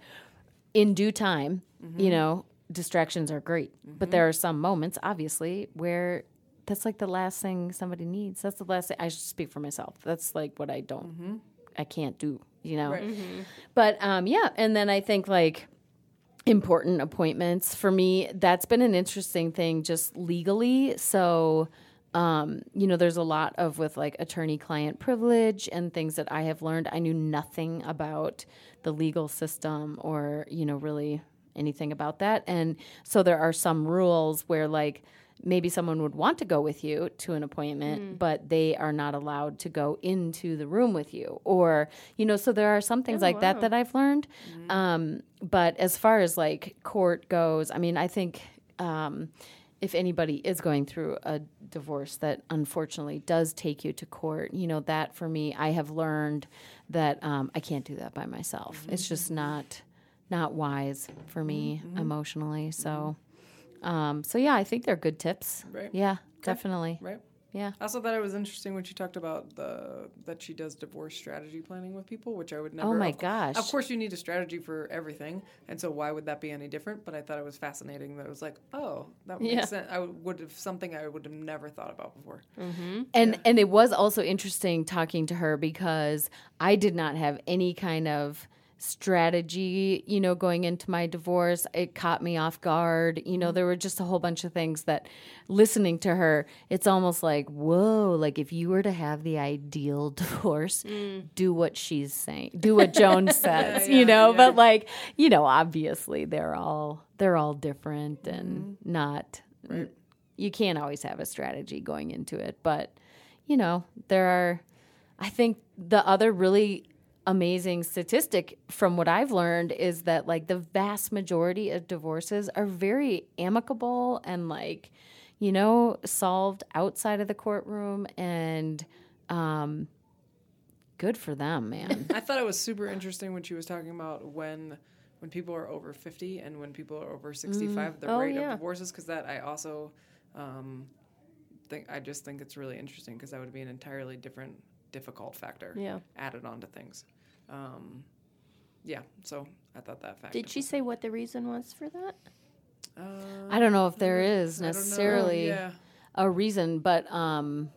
[SPEAKER 4] in due time you know distractions are great
[SPEAKER 1] Mm-hmm.
[SPEAKER 4] but there are some moments obviously where that's like the last thing somebody needs that's the last thing i should speak for myself that's like what i don't i can't do you know
[SPEAKER 1] Mm-hmm. Right.
[SPEAKER 4] but um yeah and then i think like important appointments for me that's been an interesting thing just legally so um, you know there's a lot of with like attorney client privilege and things that i have learned i knew nothing about the legal system or you know really anything about that and so there are some rules where like maybe someone would want to go with you to an appointment but they are not allowed to go into the room with you or you know so there are some things like that that i've learned um, but as far as like court goes i mean i think um, if anybody is going through a divorce that unfortunately does take you to court you know that for me i have learned that um, i can't do that by myself it's just not not wise for me emotionally so um, so yeah i think they're good tips
[SPEAKER 1] Right.
[SPEAKER 4] yeah definitely
[SPEAKER 1] Right.
[SPEAKER 4] yeah
[SPEAKER 1] I also thought it was interesting when she talked about the that she does divorce strategy planning with people, which I would never.
[SPEAKER 4] oh my
[SPEAKER 1] of,
[SPEAKER 4] gosh
[SPEAKER 1] Of course, you need a strategy for everything, and so why would that be any different? But I thought it was fascinating that it was like, oh, that makes sense. I would- would have something I would have never thought about before.
[SPEAKER 4] Mm-hmm. And and it was also interesting talking to her because I did not have any kind of strategy, you know, going into my divorce. It caught me off guard. You know, there were just a whole bunch of things that listening to her, it's almost like, whoa, like if you were to have the ideal divorce, do what she's saying. Do what Joan says, you know, but like, you know, obviously they're all they're all different and not you can't always have a strategy going into it, but you know, there are I think the other really amazing statistic from what I've learned is that like the vast majority of divorces are very amicable and like you know solved outside of the courtroom and um good for them, man.
[SPEAKER 1] I thought it was super interesting when she was talking about when when people are over 50 and when people are over 65 the
[SPEAKER 3] Oh,
[SPEAKER 1] rate
[SPEAKER 3] yeah.
[SPEAKER 1] of divorces because that I also um, think I just think it's really interesting because that would be an entirely different difficult factor
[SPEAKER 3] Yeah.
[SPEAKER 1] added onto things. Um, yeah, so I thought that fact.
[SPEAKER 3] Did she say what the reason was for that?
[SPEAKER 1] Uh,
[SPEAKER 4] I don't know if there is
[SPEAKER 1] I don't know.
[SPEAKER 4] necessarily
[SPEAKER 1] Yeah.
[SPEAKER 4] a reason, but um,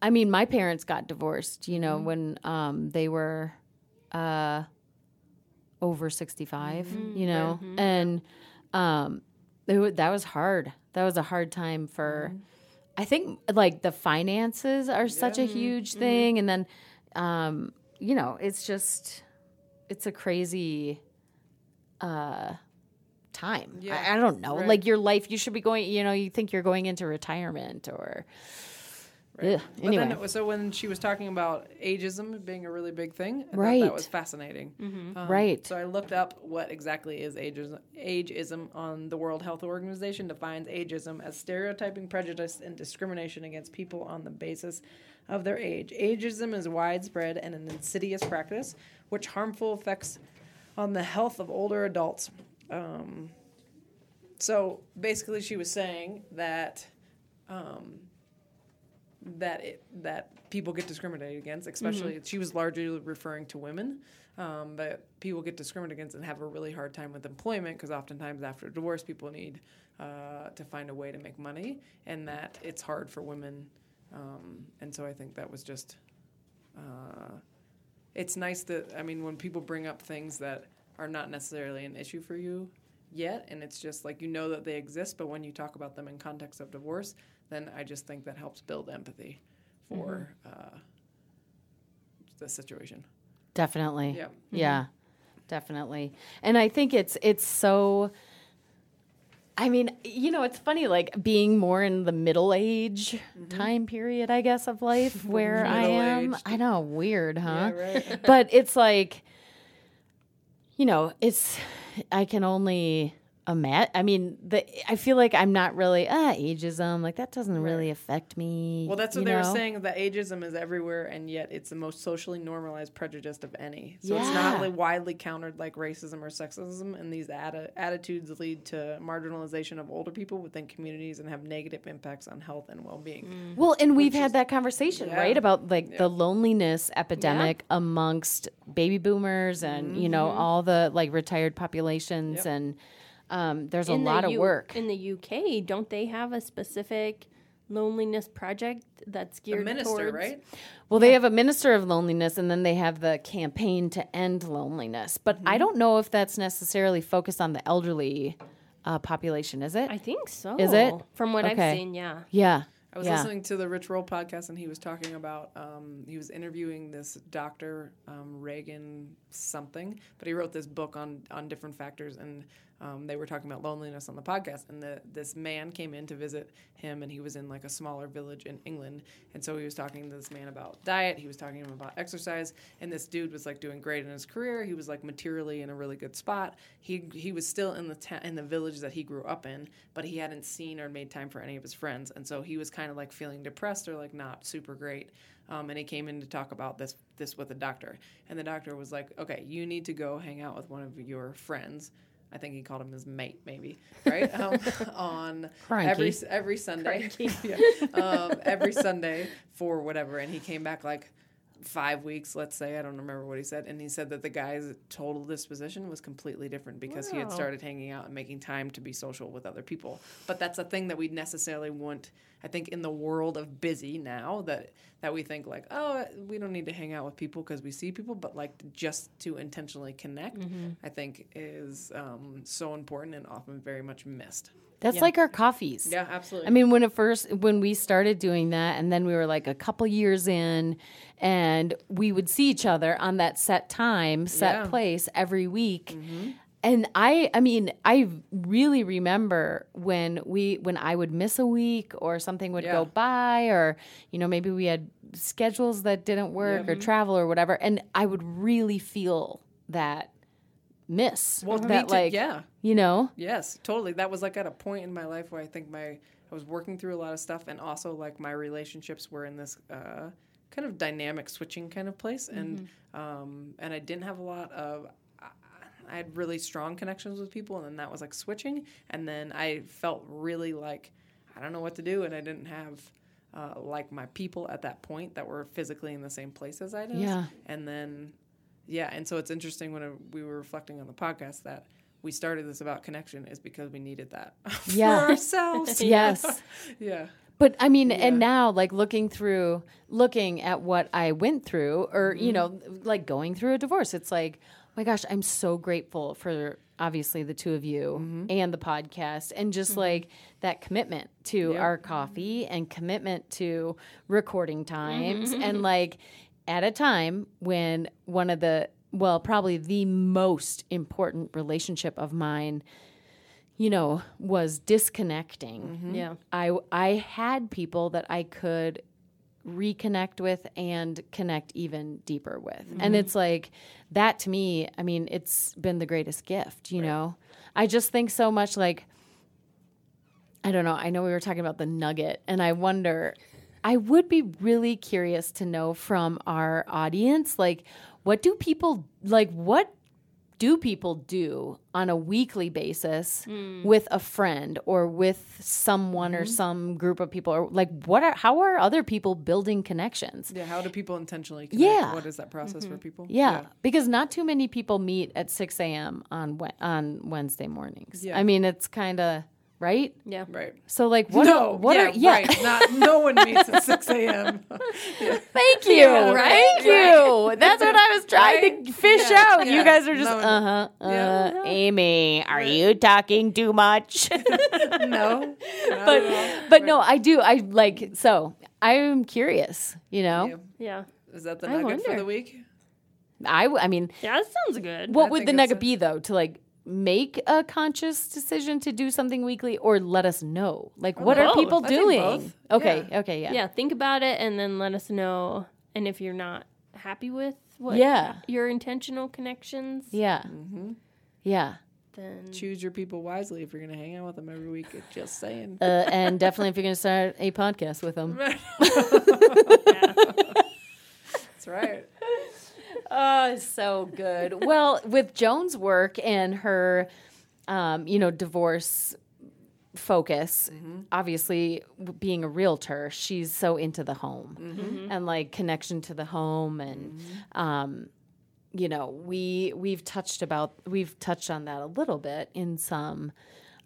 [SPEAKER 4] I mean, my parents got divorced. You know, when um they were uh over sixty
[SPEAKER 1] Mm-hmm.
[SPEAKER 4] You know, and um, it, wa- that was hard. That was a hard time for.
[SPEAKER 1] Mm-hmm.
[SPEAKER 4] I think like the finances are such a
[SPEAKER 1] Mm-hmm.
[SPEAKER 4] huge thing, and then um, you know, it's just it's a crazy uh time. I, I don't know. Like your life, you should be going. You know, you think you're going into retirement or. Ugh,
[SPEAKER 1] But
[SPEAKER 4] Anyway,
[SPEAKER 1] then, it was- so when she was talking about ageism being a really big thing, I thought
[SPEAKER 4] Right.
[SPEAKER 1] that was fascinating.
[SPEAKER 3] Mm-hmm.
[SPEAKER 1] Um,
[SPEAKER 4] Right.
[SPEAKER 1] So I looked up what exactly is ageism. Ageism on the World Health Organization defines ageism as stereotyping, prejudice, and discrimination against people on the basis of their age. Ageism is widespread and an insidious practice, which harmful effects on the health of older adults. Um, so basically, she was saying that that it, that people get discriminated against. Especially, she was largely referring to women, um, but people get discriminated against and have a really hard time with employment because oftentimes after a divorce, people need uh, to find a way to make money, and that it's hard for women. Um, and so I think that was just. Uh, it's nice that I mean when people bring up things that are not necessarily an issue for you yet, and it's just like you know that they exist, but when you talk about them in context of divorce, then I just think that helps build empathy for uh, the situation.
[SPEAKER 4] Definitely.
[SPEAKER 1] Yeah.
[SPEAKER 4] Yeah. Definitely. And I think it's it's so I mean, you know, it's funny like being more in the middle age
[SPEAKER 1] Mm-hmm.
[SPEAKER 4] time period, I guess, of life where I am.
[SPEAKER 1] Middle-aged.
[SPEAKER 4] I know, weird, huh?
[SPEAKER 1] right.
[SPEAKER 4] but it's like you know, it's I can only imagine. I mean, the I feel like I'm not really ah ageism. Like that doesn't really affect me.
[SPEAKER 1] Well, that's what
[SPEAKER 4] you
[SPEAKER 1] they were
[SPEAKER 4] know?
[SPEAKER 1] saying that ageism is everywhere, and yet it's the most socially normalized prejudice of any. So it's
[SPEAKER 4] Yeah.
[SPEAKER 1] not like widely countered like racism or sexism, and these atti- attitudes lead to marginalization of older people within communities and have negative impacts on health and well being.
[SPEAKER 4] Well, and we've had that conversation,
[SPEAKER 1] Yeah.
[SPEAKER 4] right? About like the loneliness epidemic amongst baby boomers and, you
[SPEAKER 1] Mm-hmm.
[SPEAKER 4] know, all the like retired populations. And um, there's a
[SPEAKER 3] In the
[SPEAKER 4] lot of
[SPEAKER 3] U-
[SPEAKER 4] work.
[SPEAKER 3] in the UK. Don't they have a specific loneliness project that's
[SPEAKER 1] The
[SPEAKER 4] Mm.
[SPEAKER 3] geared
[SPEAKER 1] minister,
[SPEAKER 3] towards?
[SPEAKER 1] right?
[SPEAKER 4] Well, they have a minister of loneliness and then they have the campaign to end loneliness. But
[SPEAKER 1] Mm-hmm.
[SPEAKER 4] I don't know if that's necessarily focused on the elderly uh, population, is it?
[SPEAKER 3] I think so.
[SPEAKER 4] Is it?
[SPEAKER 3] from what
[SPEAKER 4] Okay.
[SPEAKER 3] I've seen? Yeah.
[SPEAKER 4] yeah.
[SPEAKER 1] I was
[SPEAKER 4] yeah.
[SPEAKER 1] listening to the Rich Roll podcast, and he was talking about um, he was interviewing this doctor um, Reagan something, but he wrote this book on on different factors, and um, they were talking about loneliness on the podcast. And the, this man came in to visit him, and he was in like a smaller village in England, and so he was talking to this man about diet. He was talking to him about exercise, and this dude was like doing great in his career. He was like materially in a really good spot. He he was still in the town in the village that he grew up in, but he hadn't seen or made time for any of his friends, and so he was kind of like feeling depressed or like not super great. Um, and he came in to talk about this this with the doctor, and the doctor was like, "Okay, you need to go hang out with one of your friends." I think he called him his mate, maybe, right? Um, on every
[SPEAKER 4] Cranky.
[SPEAKER 1] s- every Sunday, Yeah. um, every Sunday for whatever. And he came back like five weeks, let's say. I don't remember what he said. And he said that the guy's total disposition was completely different because he had started hanging out and making time to be social with other people. But that's a thing that we necessarily want. I think in the world of busy now that that we think like, oh, we don't need to hang out with people because we see people, but like just to intentionally connect, I think is um, so important and often very much missed.
[SPEAKER 4] That's like our coffees.
[SPEAKER 1] Yeah, absolutely.
[SPEAKER 4] I mean, when it first when we started doing that, and then we were like a couple years in, and we would see each other on that set time, set
[SPEAKER 1] Yeah. Mm-hmm.
[SPEAKER 4] place every week. And I, I mean, I really remember when we when I would miss a week or something would go
[SPEAKER 1] Yeah.
[SPEAKER 4] by, or you know maybe we had schedules that didn't work or travel or whatever, and I would really feel that miss
[SPEAKER 1] Well, Oh, me
[SPEAKER 4] that
[SPEAKER 1] too,
[SPEAKER 4] like
[SPEAKER 1] yeah.
[SPEAKER 4] you know
[SPEAKER 1] Yes, totally. That was like at a point in my life where I think my I was working through a lot of stuff, and also like my relationships were in this uh, kind of dynamic switching kind of place, and
[SPEAKER 4] Mm-hmm.
[SPEAKER 1] um, and I didn't have a lot of. I- I had really strong connections with people, and then that was like switching, and then I felt really like I don't know what to do, and I didn't have. Uh, like my people at that point that were physically in the same place as I did.
[SPEAKER 4] Yeah.
[SPEAKER 1] And then yeah, and so it's interesting when uh, we were reflecting on the podcast that we started this about connection is because we needed that
[SPEAKER 4] Yeah.
[SPEAKER 1] for ourselves.
[SPEAKER 4] yes.
[SPEAKER 1] yeah.
[SPEAKER 4] But I mean, and now like looking through, looking at what I went through, or you know, like going through a divorce, it's like, my gosh, I'm so grateful for obviously the two of you and the podcast, and just like that commitment to our coffee and commitment to recording times, and like at a time when one of the well, probably the most important relationship of mine you know, was disconnecting.
[SPEAKER 3] Yeah.
[SPEAKER 4] I I had people that I could reconnect with and connect even deeper with. And it's like that to me, I mean, it's been the greatest gift, you know. I just think so much like I don't know, I know we were talking about the nugget and I wonder I would be really curious to know from our audience like what do people like what do people do on a weekly basis
[SPEAKER 1] Hmm.
[SPEAKER 4] with a friend or with someone or some group of people or like what are how are other people building connections
[SPEAKER 1] Yeah, how do people intentionally connect?
[SPEAKER 4] Yeah. Mm-hmm.
[SPEAKER 1] What is that process for people?
[SPEAKER 4] yeah, because not too many people meet at 6 a.m on Wed- on wednesday mornings
[SPEAKER 1] Yeah.
[SPEAKER 4] i mean it's kind of right
[SPEAKER 3] Yeah.
[SPEAKER 1] Right.
[SPEAKER 4] so like what
[SPEAKER 1] no,
[SPEAKER 4] are, what
[SPEAKER 1] yeah,
[SPEAKER 4] are yeah
[SPEAKER 1] right. Not, no one meets at 6 a.m.
[SPEAKER 4] Thank you. Thank you. That's what I was trying to fish out. You
[SPEAKER 1] Yeah.
[SPEAKER 4] guys are just,
[SPEAKER 1] No, no.
[SPEAKER 4] uh-huh, uh
[SPEAKER 1] Yeah.
[SPEAKER 4] Amy, are you talking too much?
[SPEAKER 1] no.
[SPEAKER 4] but but no, I do. I like so I'm curious, you know.
[SPEAKER 1] Yeah.
[SPEAKER 3] Yeah.
[SPEAKER 1] Is that the
[SPEAKER 3] I
[SPEAKER 1] nugget for
[SPEAKER 3] wonder.
[SPEAKER 1] the week?
[SPEAKER 4] I w- I mean,
[SPEAKER 3] Yeah, that sounds good.
[SPEAKER 4] what
[SPEAKER 1] I
[SPEAKER 4] would the
[SPEAKER 1] think
[SPEAKER 4] nugget
[SPEAKER 1] that's
[SPEAKER 4] be
[SPEAKER 1] it.
[SPEAKER 4] though to like make a conscious decision to do something weekly or let us know? Like what are
[SPEAKER 3] both.
[SPEAKER 4] people
[SPEAKER 1] I think
[SPEAKER 4] doing?
[SPEAKER 1] both.
[SPEAKER 4] Okay, okay, yeah.
[SPEAKER 3] yeah, think about it and then let us know. And if you're not happy with what
[SPEAKER 4] Yeah.
[SPEAKER 3] your intentional connections,
[SPEAKER 4] Yeah.
[SPEAKER 1] Mm-hmm.
[SPEAKER 4] Yeah.
[SPEAKER 3] then
[SPEAKER 1] Choose your people wisely if you're going to hang out with them every week. It's Just saying.
[SPEAKER 4] Uh, and definitely if you're going to start a podcast with them.
[SPEAKER 1] That's right.
[SPEAKER 4] Oh, so good. well, with Joan's work and her, um, you know, divorce focus,
[SPEAKER 1] Mm-hmm.
[SPEAKER 4] obviously w- being a realtor, she's so into the home
[SPEAKER 1] Mm-hmm.
[SPEAKER 4] and like connection to the home and. Um, you know, we we've touched about we've touched on that a little bit in some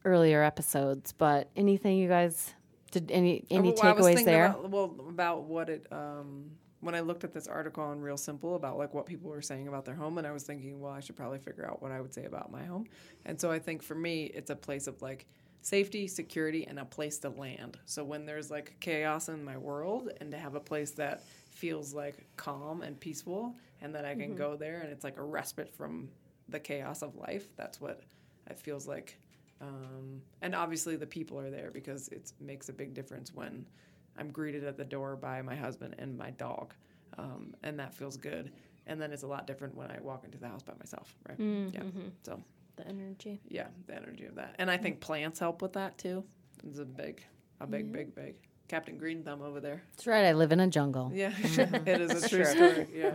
[SPEAKER 4] earlier episodes, but anything you guys did any any
[SPEAKER 1] Oh, Well, I was
[SPEAKER 4] takeaways
[SPEAKER 1] thinking
[SPEAKER 4] there?
[SPEAKER 1] About, well, about what it um, when I looked at this article on Real Simple about like what people were saying about their home, and I was thinking, well, I should probably figure out what I would say about my home. And so I think for me, it's a place of like safety, security, and a place to land. So when there's like chaos in my world, and to have a place that feels like calm and peaceful, and that I
[SPEAKER 4] Mm-hmm.
[SPEAKER 1] can go there, and it's like a respite from the chaos of life. That's what it feels like um, and obviously the people are there because it makes a big difference when I'm greeted at the door by my husband and my dog, um, and that feels good. And then it's a lot different when I walk into the house by myself, right?
[SPEAKER 3] Mm,
[SPEAKER 1] Yeah.
[SPEAKER 3] mm-hmm.
[SPEAKER 1] So
[SPEAKER 3] the energy.
[SPEAKER 1] yeah, the energy of that, and I think plants help with that too. It's a big, a big, big, big Captain Green Thumb over there.
[SPEAKER 4] That's right. I live in a jungle.
[SPEAKER 1] Yeah, it is a true story. Yeah.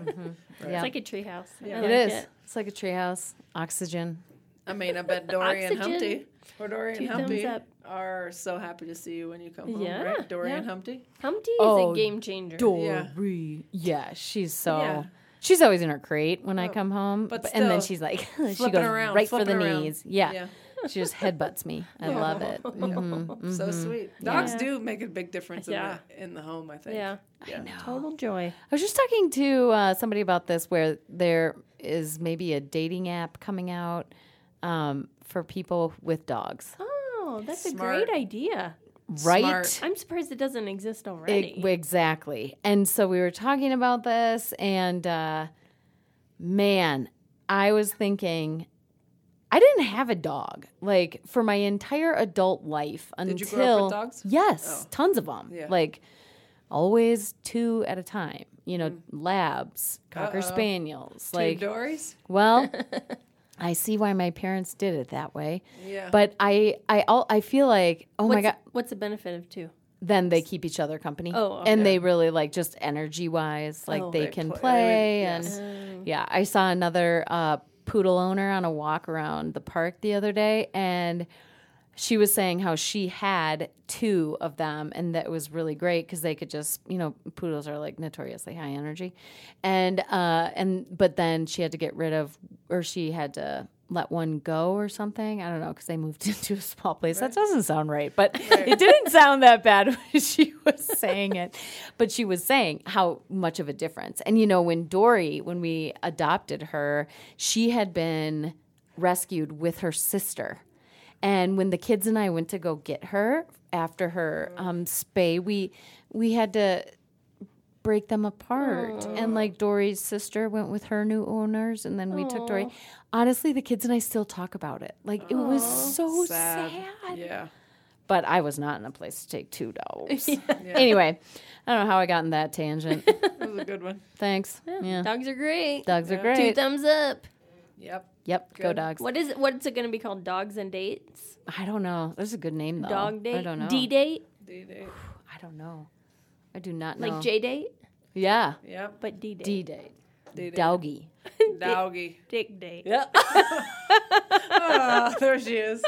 [SPEAKER 4] Yeah.
[SPEAKER 3] It's like a treehouse. I
[SPEAKER 4] It
[SPEAKER 3] like
[SPEAKER 4] is. It's like a treehouse, oxygen.
[SPEAKER 1] I mean, I bet Dory and
[SPEAKER 3] Oxygen.
[SPEAKER 1] Humpty, or Dory and
[SPEAKER 3] Two thumbs
[SPEAKER 1] Humpty,
[SPEAKER 3] up.
[SPEAKER 1] are so happy to see you when you come home,
[SPEAKER 3] Yeah,
[SPEAKER 1] right? Dory and Humpty.
[SPEAKER 3] Humpty is
[SPEAKER 4] Oh,
[SPEAKER 3] a game changer.
[SPEAKER 1] Yeah.
[SPEAKER 4] Dory. Yeah, she's so.
[SPEAKER 1] Yeah.
[SPEAKER 4] She's always in her crate when I come home,
[SPEAKER 1] but
[SPEAKER 4] but and then
[SPEAKER 1] still,
[SPEAKER 4] she's like, she goes
[SPEAKER 1] flipping around,
[SPEAKER 4] right for the
[SPEAKER 1] flipping around.
[SPEAKER 4] knees. Yeah.
[SPEAKER 1] Yeah.
[SPEAKER 4] she just headbutts me. I love it. Mhm.
[SPEAKER 1] So sweet. Dogs do make a big difference
[SPEAKER 3] Mm-hmm, Yeah.
[SPEAKER 1] in, the, in the home, I think.
[SPEAKER 3] Yeah.
[SPEAKER 1] Yeah.
[SPEAKER 3] Total joy.
[SPEAKER 4] I was just talking to uh, somebody about this, where there is maybe a dating app coming out um, for people with dogs,
[SPEAKER 3] Oh, that's a
[SPEAKER 1] Smart.
[SPEAKER 3] great idea.
[SPEAKER 4] right?
[SPEAKER 1] Smart.
[SPEAKER 3] I'm surprised it doesn't exist
[SPEAKER 4] Ex-
[SPEAKER 3] already.
[SPEAKER 4] exactly. And so we were talking about this, and uh, man, I was thinking, I didn't have a dog like for my entire adult life until
[SPEAKER 1] you grow up with dogs? Oh.
[SPEAKER 4] yes, tons of them.
[SPEAKER 1] Yeah.
[SPEAKER 4] Like always two at a time. You know, labs, cocker spaniels, like
[SPEAKER 1] Mm. Two Dories?
[SPEAKER 4] well, I see why my parents did it that way.
[SPEAKER 1] Yeah.
[SPEAKER 4] But I, I, all, I feel like, oh my
[SPEAKER 3] What's,
[SPEAKER 4] god,
[SPEAKER 3] what's the benefit of two?
[SPEAKER 4] then they keep each other company.
[SPEAKER 3] Oh,
[SPEAKER 4] and they really like just energy wise, like they, can play,
[SPEAKER 1] play-
[SPEAKER 4] and yeah. I saw another uh, poodle owner on a walk around the park the other day, and she was saying how she had two of them, and that was really great because they could just, you know, poodles are like notoriously high energy, and uh, and but then she had to get rid of, or she had to. Let one go or something. I don't know because they moved into a small place. That doesn't sound right, but it didn't sound that bad when she was saying it. But she was saying how much of a difference. And you know, when Dory, when we adopted her, she had been rescued with her sister. And when the kids and I went to go get her after her um, spay, we we had to break them apart. And like Dory's sister went with her new owners, and then we took Dory. Honestly, the kids and I still talk about it. Like it was so sad.
[SPEAKER 1] Yeah.
[SPEAKER 4] But I was not in a place to take two dogs. Anyway, I don't know how I got in that tangent.
[SPEAKER 1] That was a good one.
[SPEAKER 4] Thanks. Yeah.
[SPEAKER 3] Dogs are great.
[SPEAKER 4] Dogs are
[SPEAKER 3] Two
[SPEAKER 4] great.
[SPEAKER 3] thumbs up.
[SPEAKER 1] Yep.
[SPEAKER 4] Yep, go dogs.
[SPEAKER 3] What is it? What's it going to be called? Dogs and dates?
[SPEAKER 4] I don't know. There's a good name though.
[SPEAKER 3] Dog date?
[SPEAKER 4] Oh, I don't know.
[SPEAKER 3] D date?
[SPEAKER 1] D-Day.
[SPEAKER 4] I don't know. I do not know.
[SPEAKER 3] Like J date?
[SPEAKER 4] Yeah.
[SPEAKER 1] Yep.
[SPEAKER 3] But D date.
[SPEAKER 4] D date.
[SPEAKER 1] Dating.
[SPEAKER 4] Doggy.
[SPEAKER 1] Doggy.
[SPEAKER 3] Dick date.
[SPEAKER 4] Yeah.
[SPEAKER 1] Ah, there she is.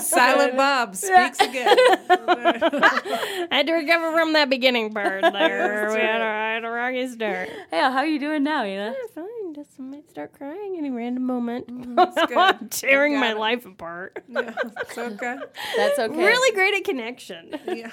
[SPEAKER 1] Silent Bob speaks again.
[SPEAKER 3] I had to recover from that beginning part there. we had a, I had a rocky start.
[SPEAKER 4] Yeah, how you doing now, you know?
[SPEAKER 3] I'm fine. Just might start crying any random moment.
[SPEAKER 4] Mm,
[SPEAKER 1] good.
[SPEAKER 3] I'm tearing
[SPEAKER 1] Got
[SPEAKER 3] my
[SPEAKER 1] it.
[SPEAKER 3] life apart.
[SPEAKER 1] Yeah, it's okay.
[SPEAKER 4] That's okay.
[SPEAKER 3] Really great at connection.
[SPEAKER 1] Yeah.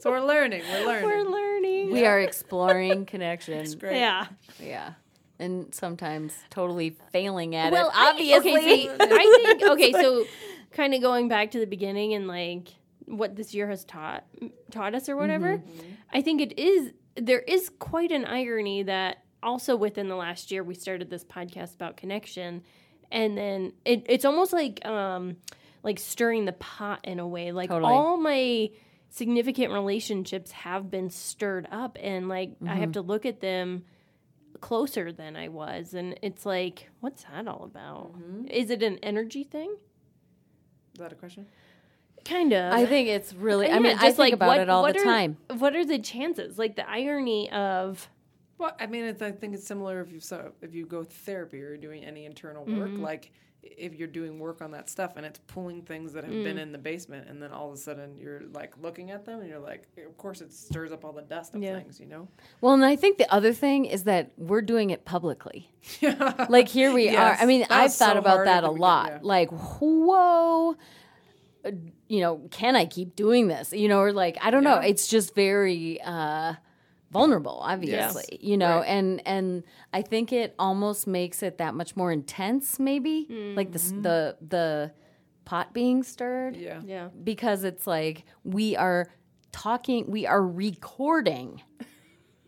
[SPEAKER 1] So we're learning. We're learning.
[SPEAKER 3] We're learning.
[SPEAKER 4] We are exploring connection.
[SPEAKER 1] It's great.
[SPEAKER 3] Yeah.
[SPEAKER 4] Yeah. And sometimes totally failing at
[SPEAKER 3] Well,
[SPEAKER 4] it.
[SPEAKER 3] I-
[SPEAKER 4] Obviously.
[SPEAKER 3] okay, so I think okay, so kind of going back to the beginning and like what this year has taught taught us or whatever.
[SPEAKER 4] Mm-hmm.
[SPEAKER 3] I think it is there is quite an irony that also within the last year we started this podcast about connection and then it, it's almost like um like stirring the pot in a way like
[SPEAKER 4] Totally.
[SPEAKER 3] all my significant relationships have been stirred up and like I
[SPEAKER 4] Mm-hmm.
[SPEAKER 3] have to look at them closer than I was. And it's like, what's that all about?
[SPEAKER 4] Mm-hmm.
[SPEAKER 3] Is it an energy thing?
[SPEAKER 1] Is that a question?
[SPEAKER 3] Kind of.
[SPEAKER 4] I think it's really, I
[SPEAKER 3] Yeah,
[SPEAKER 4] mean, I think about
[SPEAKER 3] what-
[SPEAKER 4] it all
[SPEAKER 3] what
[SPEAKER 4] the
[SPEAKER 3] are-
[SPEAKER 4] time.
[SPEAKER 3] What are the chances? Like the irony of
[SPEAKER 1] Well, I mean, it's, I think it's similar if you so if you go therapy or you're doing any internal work, like if you're doing work on that stuff and it's pulling things that have been in the basement, and then all of a sudden you're like looking at them and you're like, of course it stirs up all the dust of things, you know?
[SPEAKER 4] Well, and I think the other thing is that we're doing it publicly. Like here we
[SPEAKER 1] Yes.
[SPEAKER 4] are. I mean,
[SPEAKER 1] That
[SPEAKER 4] I've
[SPEAKER 1] was so
[SPEAKER 4] thought about
[SPEAKER 1] hard at
[SPEAKER 4] that
[SPEAKER 1] the
[SPEAKER 4] a
[SPEAKER 1] begin-
[SPEAKER 4] lot.
[SPEAKER 1] yeah.
[SPEAKER 4] Like, whoa, uh, you know, can I keep doing this? You know, or like, I don't know. It's just very uh, vulnerable, obviously. You know, and and I think it almost makes it that much more intense, maybe. Like the s- the the pot being stirred
[SPEAKER 1] Mm-hmm. Yeah.
[SPEAKER 3] yeah.
[SPEAKER 4] because it's like we are talking, we are recording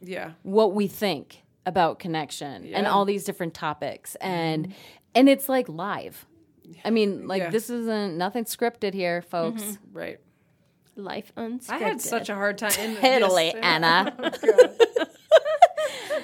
[SPEAKER 1] Yeah.
[SPEAKER 4] what we think about connection and all these different topics and and it's like live i mean like
[SPEAKER 1] Mm-hmm. Yeah. Mm-hmm.
[SPEAKER 4] this isn't nothing scripted here folks
[SPEAKER 1] Right.
[SPEAKER 3] life unscripted.
[SPEAKER 1] I had such a hard time. in
[SPEAKER 4] Totally,
[SPEAKER 1] yes, yeah.
[SPEAKER 4] Anna.
[SPEAKER 1] Oh,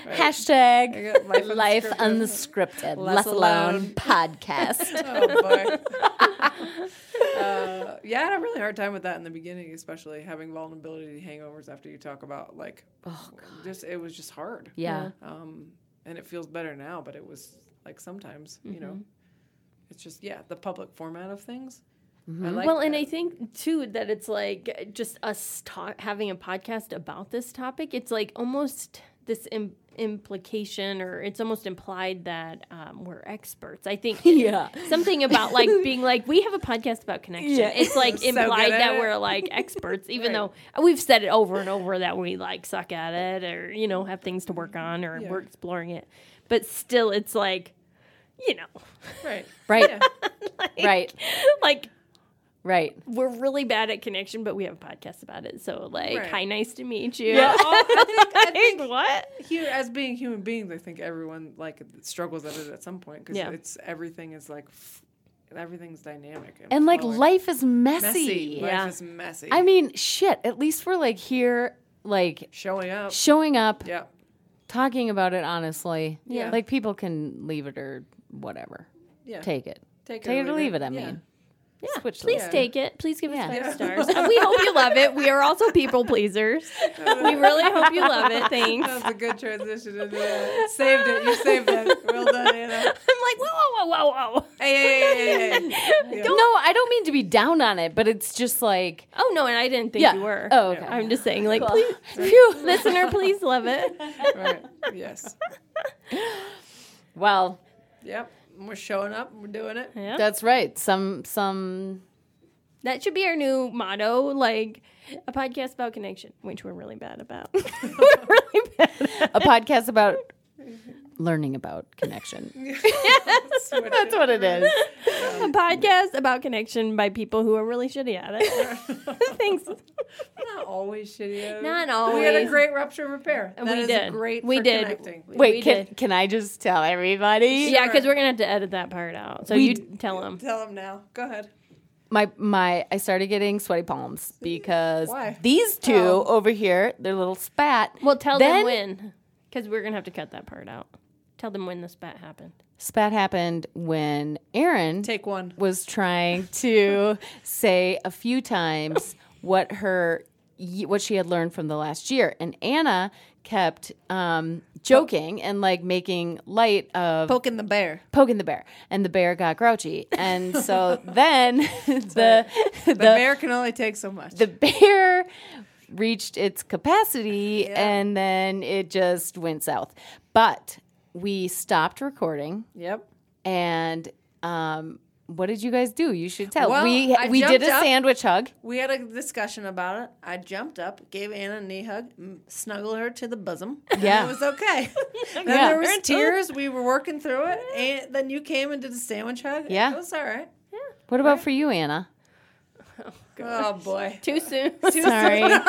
[SPEAKER 1] God.
[SPEAKER 4] hashtag
[SPEAKER 1] got life
[SPEAKER 4] life
[SPEAKER 1] unscripted.
[SPEAKER 4] unscripted less
[SPEAKER 1] Less
[SPEAKER 4] alone
[SPEAKER 1] alone.
[SPEAKER 4] podcast
[SPEAKER 1] oh boy. uh, yeah, I had a really hard time with that in the beginning, especially having vulnerability hangovers after you talk about like, oh just it was just hard.
[SPEAKER 4] yeah
[SPEAKER 1] Um, and it feels better now, but it was like sometimes, you
[SPEAKER 4] Mm-hmm.
[SPEAKER 1] know, it's just yeah, the public format of things. I like
[SPEAKER 3] well, and
[SPEAKER 1] that.
[SPEAKER 3] I think too that it's like just us talk, having a podcast about this topic. It's like almost this Im- implication, or it's almost implied that um, we're experts. I think
[SPEAKER 4] Yeah.
[SPEAKER 3] something about like being like we have a podcast about connection. It's like
[SPEAKER 1] So good
[SPEAKER 3] implied
[SPEAKER 1] at
[SPEAKER 3] that
[SPEAKER 1] it.
[SPEAKER 3] we're like experts, even though we've said it over and over that we like suck at it, or you know have things to work on, or we're exploring it. But still, it's like you know,
[SPEAKER 1] right.
[SPEAKER 4] right right
[SPEAKER 3] like
[SPEAKER 4] right
[SPEAKER 3] we're really bad at connection, but we have a podcast about it. So like,
[SPEAKER 1] Right.
[SPEAKER 3] hi, nice to meet you.
[SPEAKER 1] Yeah. I think, I
[SPEAKER 3] Like,
[SPEAKER 1] think
[SPEAKER 3] what?
[SPEAKER 1] here as being human beings, I think everyone like struggles at it at some point because
[SPEAKER 3] Yeah.
[SPEAKER 1] it's everything is like f- everything's dynamic
[SPEAKER 4] and like
[SPEAKER 1] flowing.
[SPEAKER 4] life is
[SPEAKER 1] messy.
[SPEAKER 4] messy,
[SPEAKER 3] Yeah.
[SPEAKER 1] Life is messy.
[SPEAKER 4] i mean shit at least we're like here like
[SPEAKER 1] showing up.
[SPEAKER 4] showing up
[SPEAKER 1] Yeah.
[SPEAKER 4] talking about it honestly
[SPEAKER 1] Yeah.
[SPEAKER 4] like people can leave it or whatever
[SPEAKER 1] Yeah.
[SPEAKER 4] take it
[SPEAKER 1] Take
[SPEAKER 4] Take it or leave it, I
[SPEAKER 1] Yeah.
[SPEAKER 4] mean. Yeah. Switch
[SPEAKER 3] Please
[SPEAKER 4] those.
[SPEAKER 3] take it. Please give us
[SPEAKER 4] Yeah.
[SPEAKER 3] five
[SPEAKER 1] Yeah.
[SPEAKER 3] stars. And we hope you love it. We are also people pleasers. we really hope you love it. Thanks.
[SPEAKER 1] That was a good transition. into that. Saved it. You saved it. Well done,
[SPEAKER 3] I'm
[SPEAKER 1] Anna.
[SPEAKER 3] like, whoa, whoa, whoa, whoa, whoa.
[SPEAKER 1] Hey, hey, hey, hey, hey. Yeah.
[SPEAKER 4] No, I don't mean to be down on it, but it's just like
[SPEAKER 3] Oh no, and I didn't think
[SPEAKER 4] yeah.
[SPEAKER 3] you were.
[SPEAKER 4] Oh, okay.
[SPEAKER 3] I'm just saying, like,
[SPEAKER 4] Cool.
[SPEAKER 3] please, phew, listener, please love it.
[SPEAKER 1] Right. Yes.
[SPEAKER 4] Well,
[SPEAKER 1] Yep. We're showing up. We're doing it.
[SPEAKER 3] Yeah.
[SPEAKER 4] that's right. Some some
[SPEAKER 3] That should be our new motto, like a podcast about connection, which we're really bad about. we're really bad.
[SPEAKER 4] a podcast about learning about connection.
[SPEAKER 1] Switch
[SPEAKER 4] That's
[SPEAKER 1] it.
[SPEAKER 4] what it is.
[SPEAKER 3] a podcast about connection by people who are really shitty at it. Thanks.
[SPEAKER 1] Not always shitty.
[SPEAKER 3] Not
[SPEAKER 1] We had a
[SPEAKER 3] always.
[SPEAKER 1] great rupture repair.
[SPEAKER 3] And
[SPEAKER 1] That
[SPEAKER 3] we
[SPEAKER 1] is
[SPEAKER 3] did.
[SPEAKER 1] Great.
[SPEAKER 3] We
[SPEAKER 1] for
[SPEAKER 3] did.
[SPEAKER 1] Connecting.
[SPEAKER 4] Wait,
[SPEAKER 3] We
[SPEAKER 4] can,
[SPEAKER 3] did.
[SPEAKER 4] can I just tell everybody?
[SPEAKER 3] Yeah, because we're gonna have to edit that part out. So you tell them.
[SPEAKER 1] Tell them now. Go ahead.
[SPEAKER 4] My my I started getting sweaty palms because
[SPEAKER 1] Why?
[SPEAKER 4] these two over here, their little spat.
[SPEAKER 3] Oh. Well, tell
[SPEAKER 4] Then-
[SPEAKER 3] them when, because we're gonna have to cut that part out. Tell them when the spat happened.
[SPEAKER 4] Spat happened when Aaron
[SPEAKER 1] Take one.
[SPEAKER 4] was trying to say a few times what her ye- what she had learned from the last year. And Anna kept um, joking and like making light of
[SPEAKER 1] Poking the bear.
[SPEAKER 4] poking the bear, and the bear got grouchy. And so then the
[SPEAKER 1] The, bear can only take so much.
[SPEAKER 4] the bear reached its capacity and then it just went south. But we stopped recording
[SPEAKER 1] yep.
[SPEAKER 4] and um what did you guys do? You should tell.
[SPEAKER 1] Well,
[SPEAKER 4] we
[SPEAKER 1] I
[SPEAKER 4] we did
[SPEAKER 1] jumped
[SPEAKER 4] a
[SPEAKER 1] up.
[SPEAKER 4] sandwich hug.
[SPEAKER 1] We had a discussion about it. I jumped up, gave Anna a knee hug, m- snuggled her to the bosom. and
[SPEAKER 4] Yeah.
[SPEAKER 1] it was okay. then
[SPEAKER 4] Yeah.
[SPEAKER 1] there was tears. We were working through it, and then you came and did a sandwich hug.
[SPEAKER 4] Yeah.
[SPEAKER 1] it was all right.
[SPEAKER 4] What about for you, Anna?
[SPEAKER 1] Oh boy.
[SPEAKER 3] Too soon.
[SPEAKER 4] Sorry.
[SPEAKER 3] no,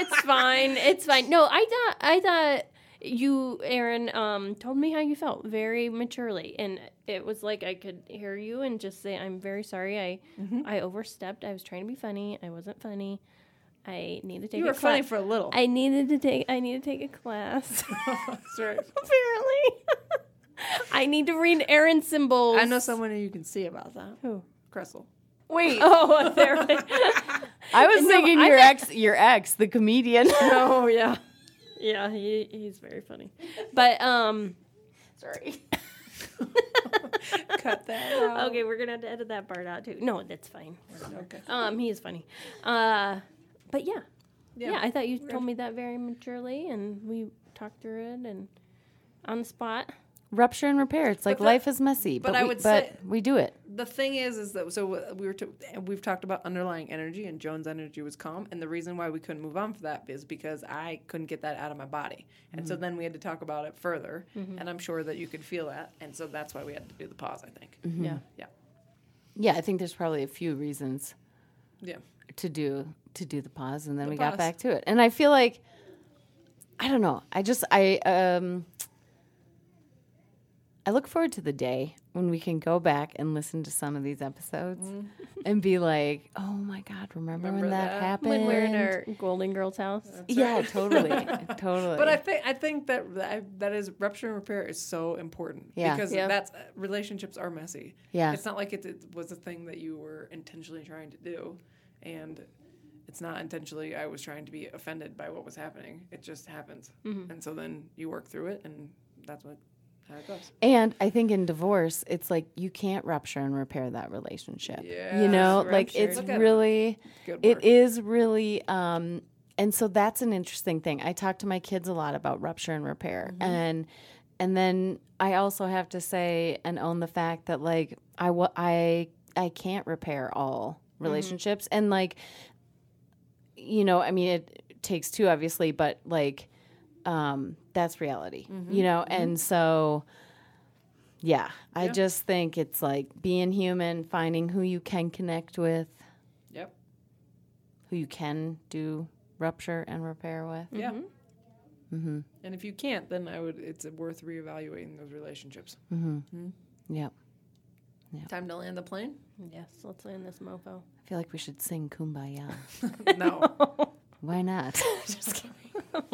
[SPEAKER 3] it's fine. It's fine. No, I thought I thought you, Aaron, um, told me how you felt very maturely, and it was like I could hear you and just say, "I'm very sorry. I
[SPEAKER 1] Mm-hmm.
[SPEAKER 3] I overstepped. I was trying to be funny. I wasn't funny. I need to take.
[SPEAKER 1] You
[SPEAKER 3] a
[SPEAKER 1] were funny
[SPEAKER 3] cla-
[SPEAKER 1] for a little.
[SPEAKER 3] I needed to take. I need to take a class.
[SPEAKER 1] That's right.
[SPEAKER 3] Apparently, I need to read Aaron symbols.
[SPEAKER 1] I know someone who you can see about that.
[SPEAKER 3] Who?
[SPEAKER 1] Cressel.
[SPEAKER 3] Wait. Oh, a therapist.
[SPEAKER 4] I was
[SPEAKER 3] No,
[SPEAKER 4] thinking
[SPEAKER 3] I
[SPEAKER 4] your
[SPEAKER 3] thought-
[SPEAKER 4] ex, your ex, the comedian.
[SPEAKER 3] Oh yeah, yeah. He he's very funny, but um. Sorry.
[SPEAKER 1] Cut that out.
[SPEAKER 3] okay, we're gonna have to edit that part out too. No, that's fine.
[SPEAKER 1] Okay.
[SPEAKER 3] Um, he is funny. Uh, but yeah, yeah.
[SPEAKER 1] Yeah.
[SPEAKER 3] I thought you told me that very maturely, and we talked through it and on the spot.
[SPEAKER 4] Rupture and repair. It's like
[SPEAKER 1] the-
[SPEAKER 4] life is messy, but,
[SPEAKER 1] but I
[SPEAKER 4] we,
[SPEAKER 1] would
[SPEAKER 4] but
[SPEAKER 1] say-
[SPEAKER 4] we do it.
[SPEAKER 1] the thing is, is that so we were to, we've talked about underlying energy, and Joan's energy was calm, and the reason why we couldn't move on for that is because I couldn't get that out of my body, and so then we had to talk about it further, and I'm sure that you could feel that, and so that's why we had to do the pause. I think.
[SPEAKER 3] Yeah.
[SPEAKER 1] Yeah.
[SPEAKER 4] Yeah, I think there's probably a few reasons
[SPEAKER 1] Yeah.
[SPEAKER 4] to do to do the pause, and then we got
[SPEAKER 1] pause.
[SPEAKER 4] back to it. And I feel like I don't know. I just I um I look forward to the day when we can go back and listen to some of these episodes and be like, "Oh my god, remember,
[SPEAKER 1] Mm. Remember
[SPEAKER 4] when that,
[SPEAKER 1] that?
[SPEAKER 4] happened?"
[SPEAKER 3] When we're in our Golden Girls house.
[SPEAKER 4] yeah, totally, totally.
[SPEAKER 1] But I think I think that that- that is rupture and repair is so important.
[SPEAKER 4] Yeah.
[SPEAKER 1] Because
[SPEAKER 3] Yeah.
[SPEAKER 1] that's relationships are messy.
[SPEAKER 4] Yeah.
[SPEAKER 1] It's not like it, it was a thing that you were intentionally trying to do, and it's not intentionally. I was trying to be offended by what was happening. It just happens, and so then you work through it, and that's what how it goes.
[SPEAKER 4] And I think in divorce, it's like you can't rupture and repair that relationship. you
[SPEAKER 1] Yes,
[SPEAKER 4] know,
[SPEAKER 1] rupture.
[SPEAKER 4] like it's
[SPEAKER 1] Look at it.
[SPEAKER 4] really,
[SPEAKER 1] Good
[SPEAKER 4] it
[SPEAKER 1] work.
[SPEAKER 4] is really, um, and so that's an interesting thing. I talk to my kids a lot about rupture and repair, and and then I also have to say and own the fact that like I wa- I I can't repair all relationships, and like you know, I mean, it takes two, obviously, but like, um, that's reality, you know? And so, yeah, I just think it's like being human, finding who you can connect with,
[SPEAKER 1] Yep.
[SPEAKER 4] who you can do rupture and repair with.
[SPEAKER 1] Yeah. Mm-hmm.
[SPEAKER 4] Mm-hmm.
[SPEAKER 1] And if you can't, then I would. It's worth reevaluating those relationships.
[SPEAKER 4] Yep.
[SPEAKER 1] Time to land the plane.
[SPEAKER 3] Yes, let's land this mofo.
[SPEAKER 4] I feel like we should sing Kumbaya.
[SPEAKER 1] No. Oh,
[SPEAKER 4] Why not?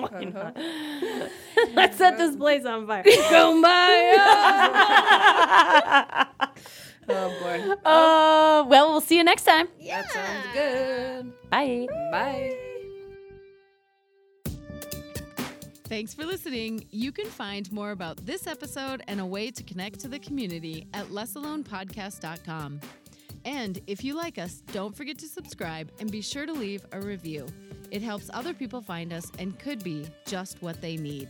[SPEAKER 3] Let's set this place on fire. Kumbaya!
[SPEAKER 1] oh boy.
[SPEAKER 4] uh, well, we'll see you next time.
[SPEAKER 1] That sounds good.
[SPEAKER 4] Bye.
[SPEAKER 1] Bye.
[SPEAKER 2] Thanks for listening. You can find more about this episode and a way to connect to the community at lessalonepodcast.com. And if you like us, don't forget to subscribe and be sure to leave a review. It helps other people find us and could be just what they need.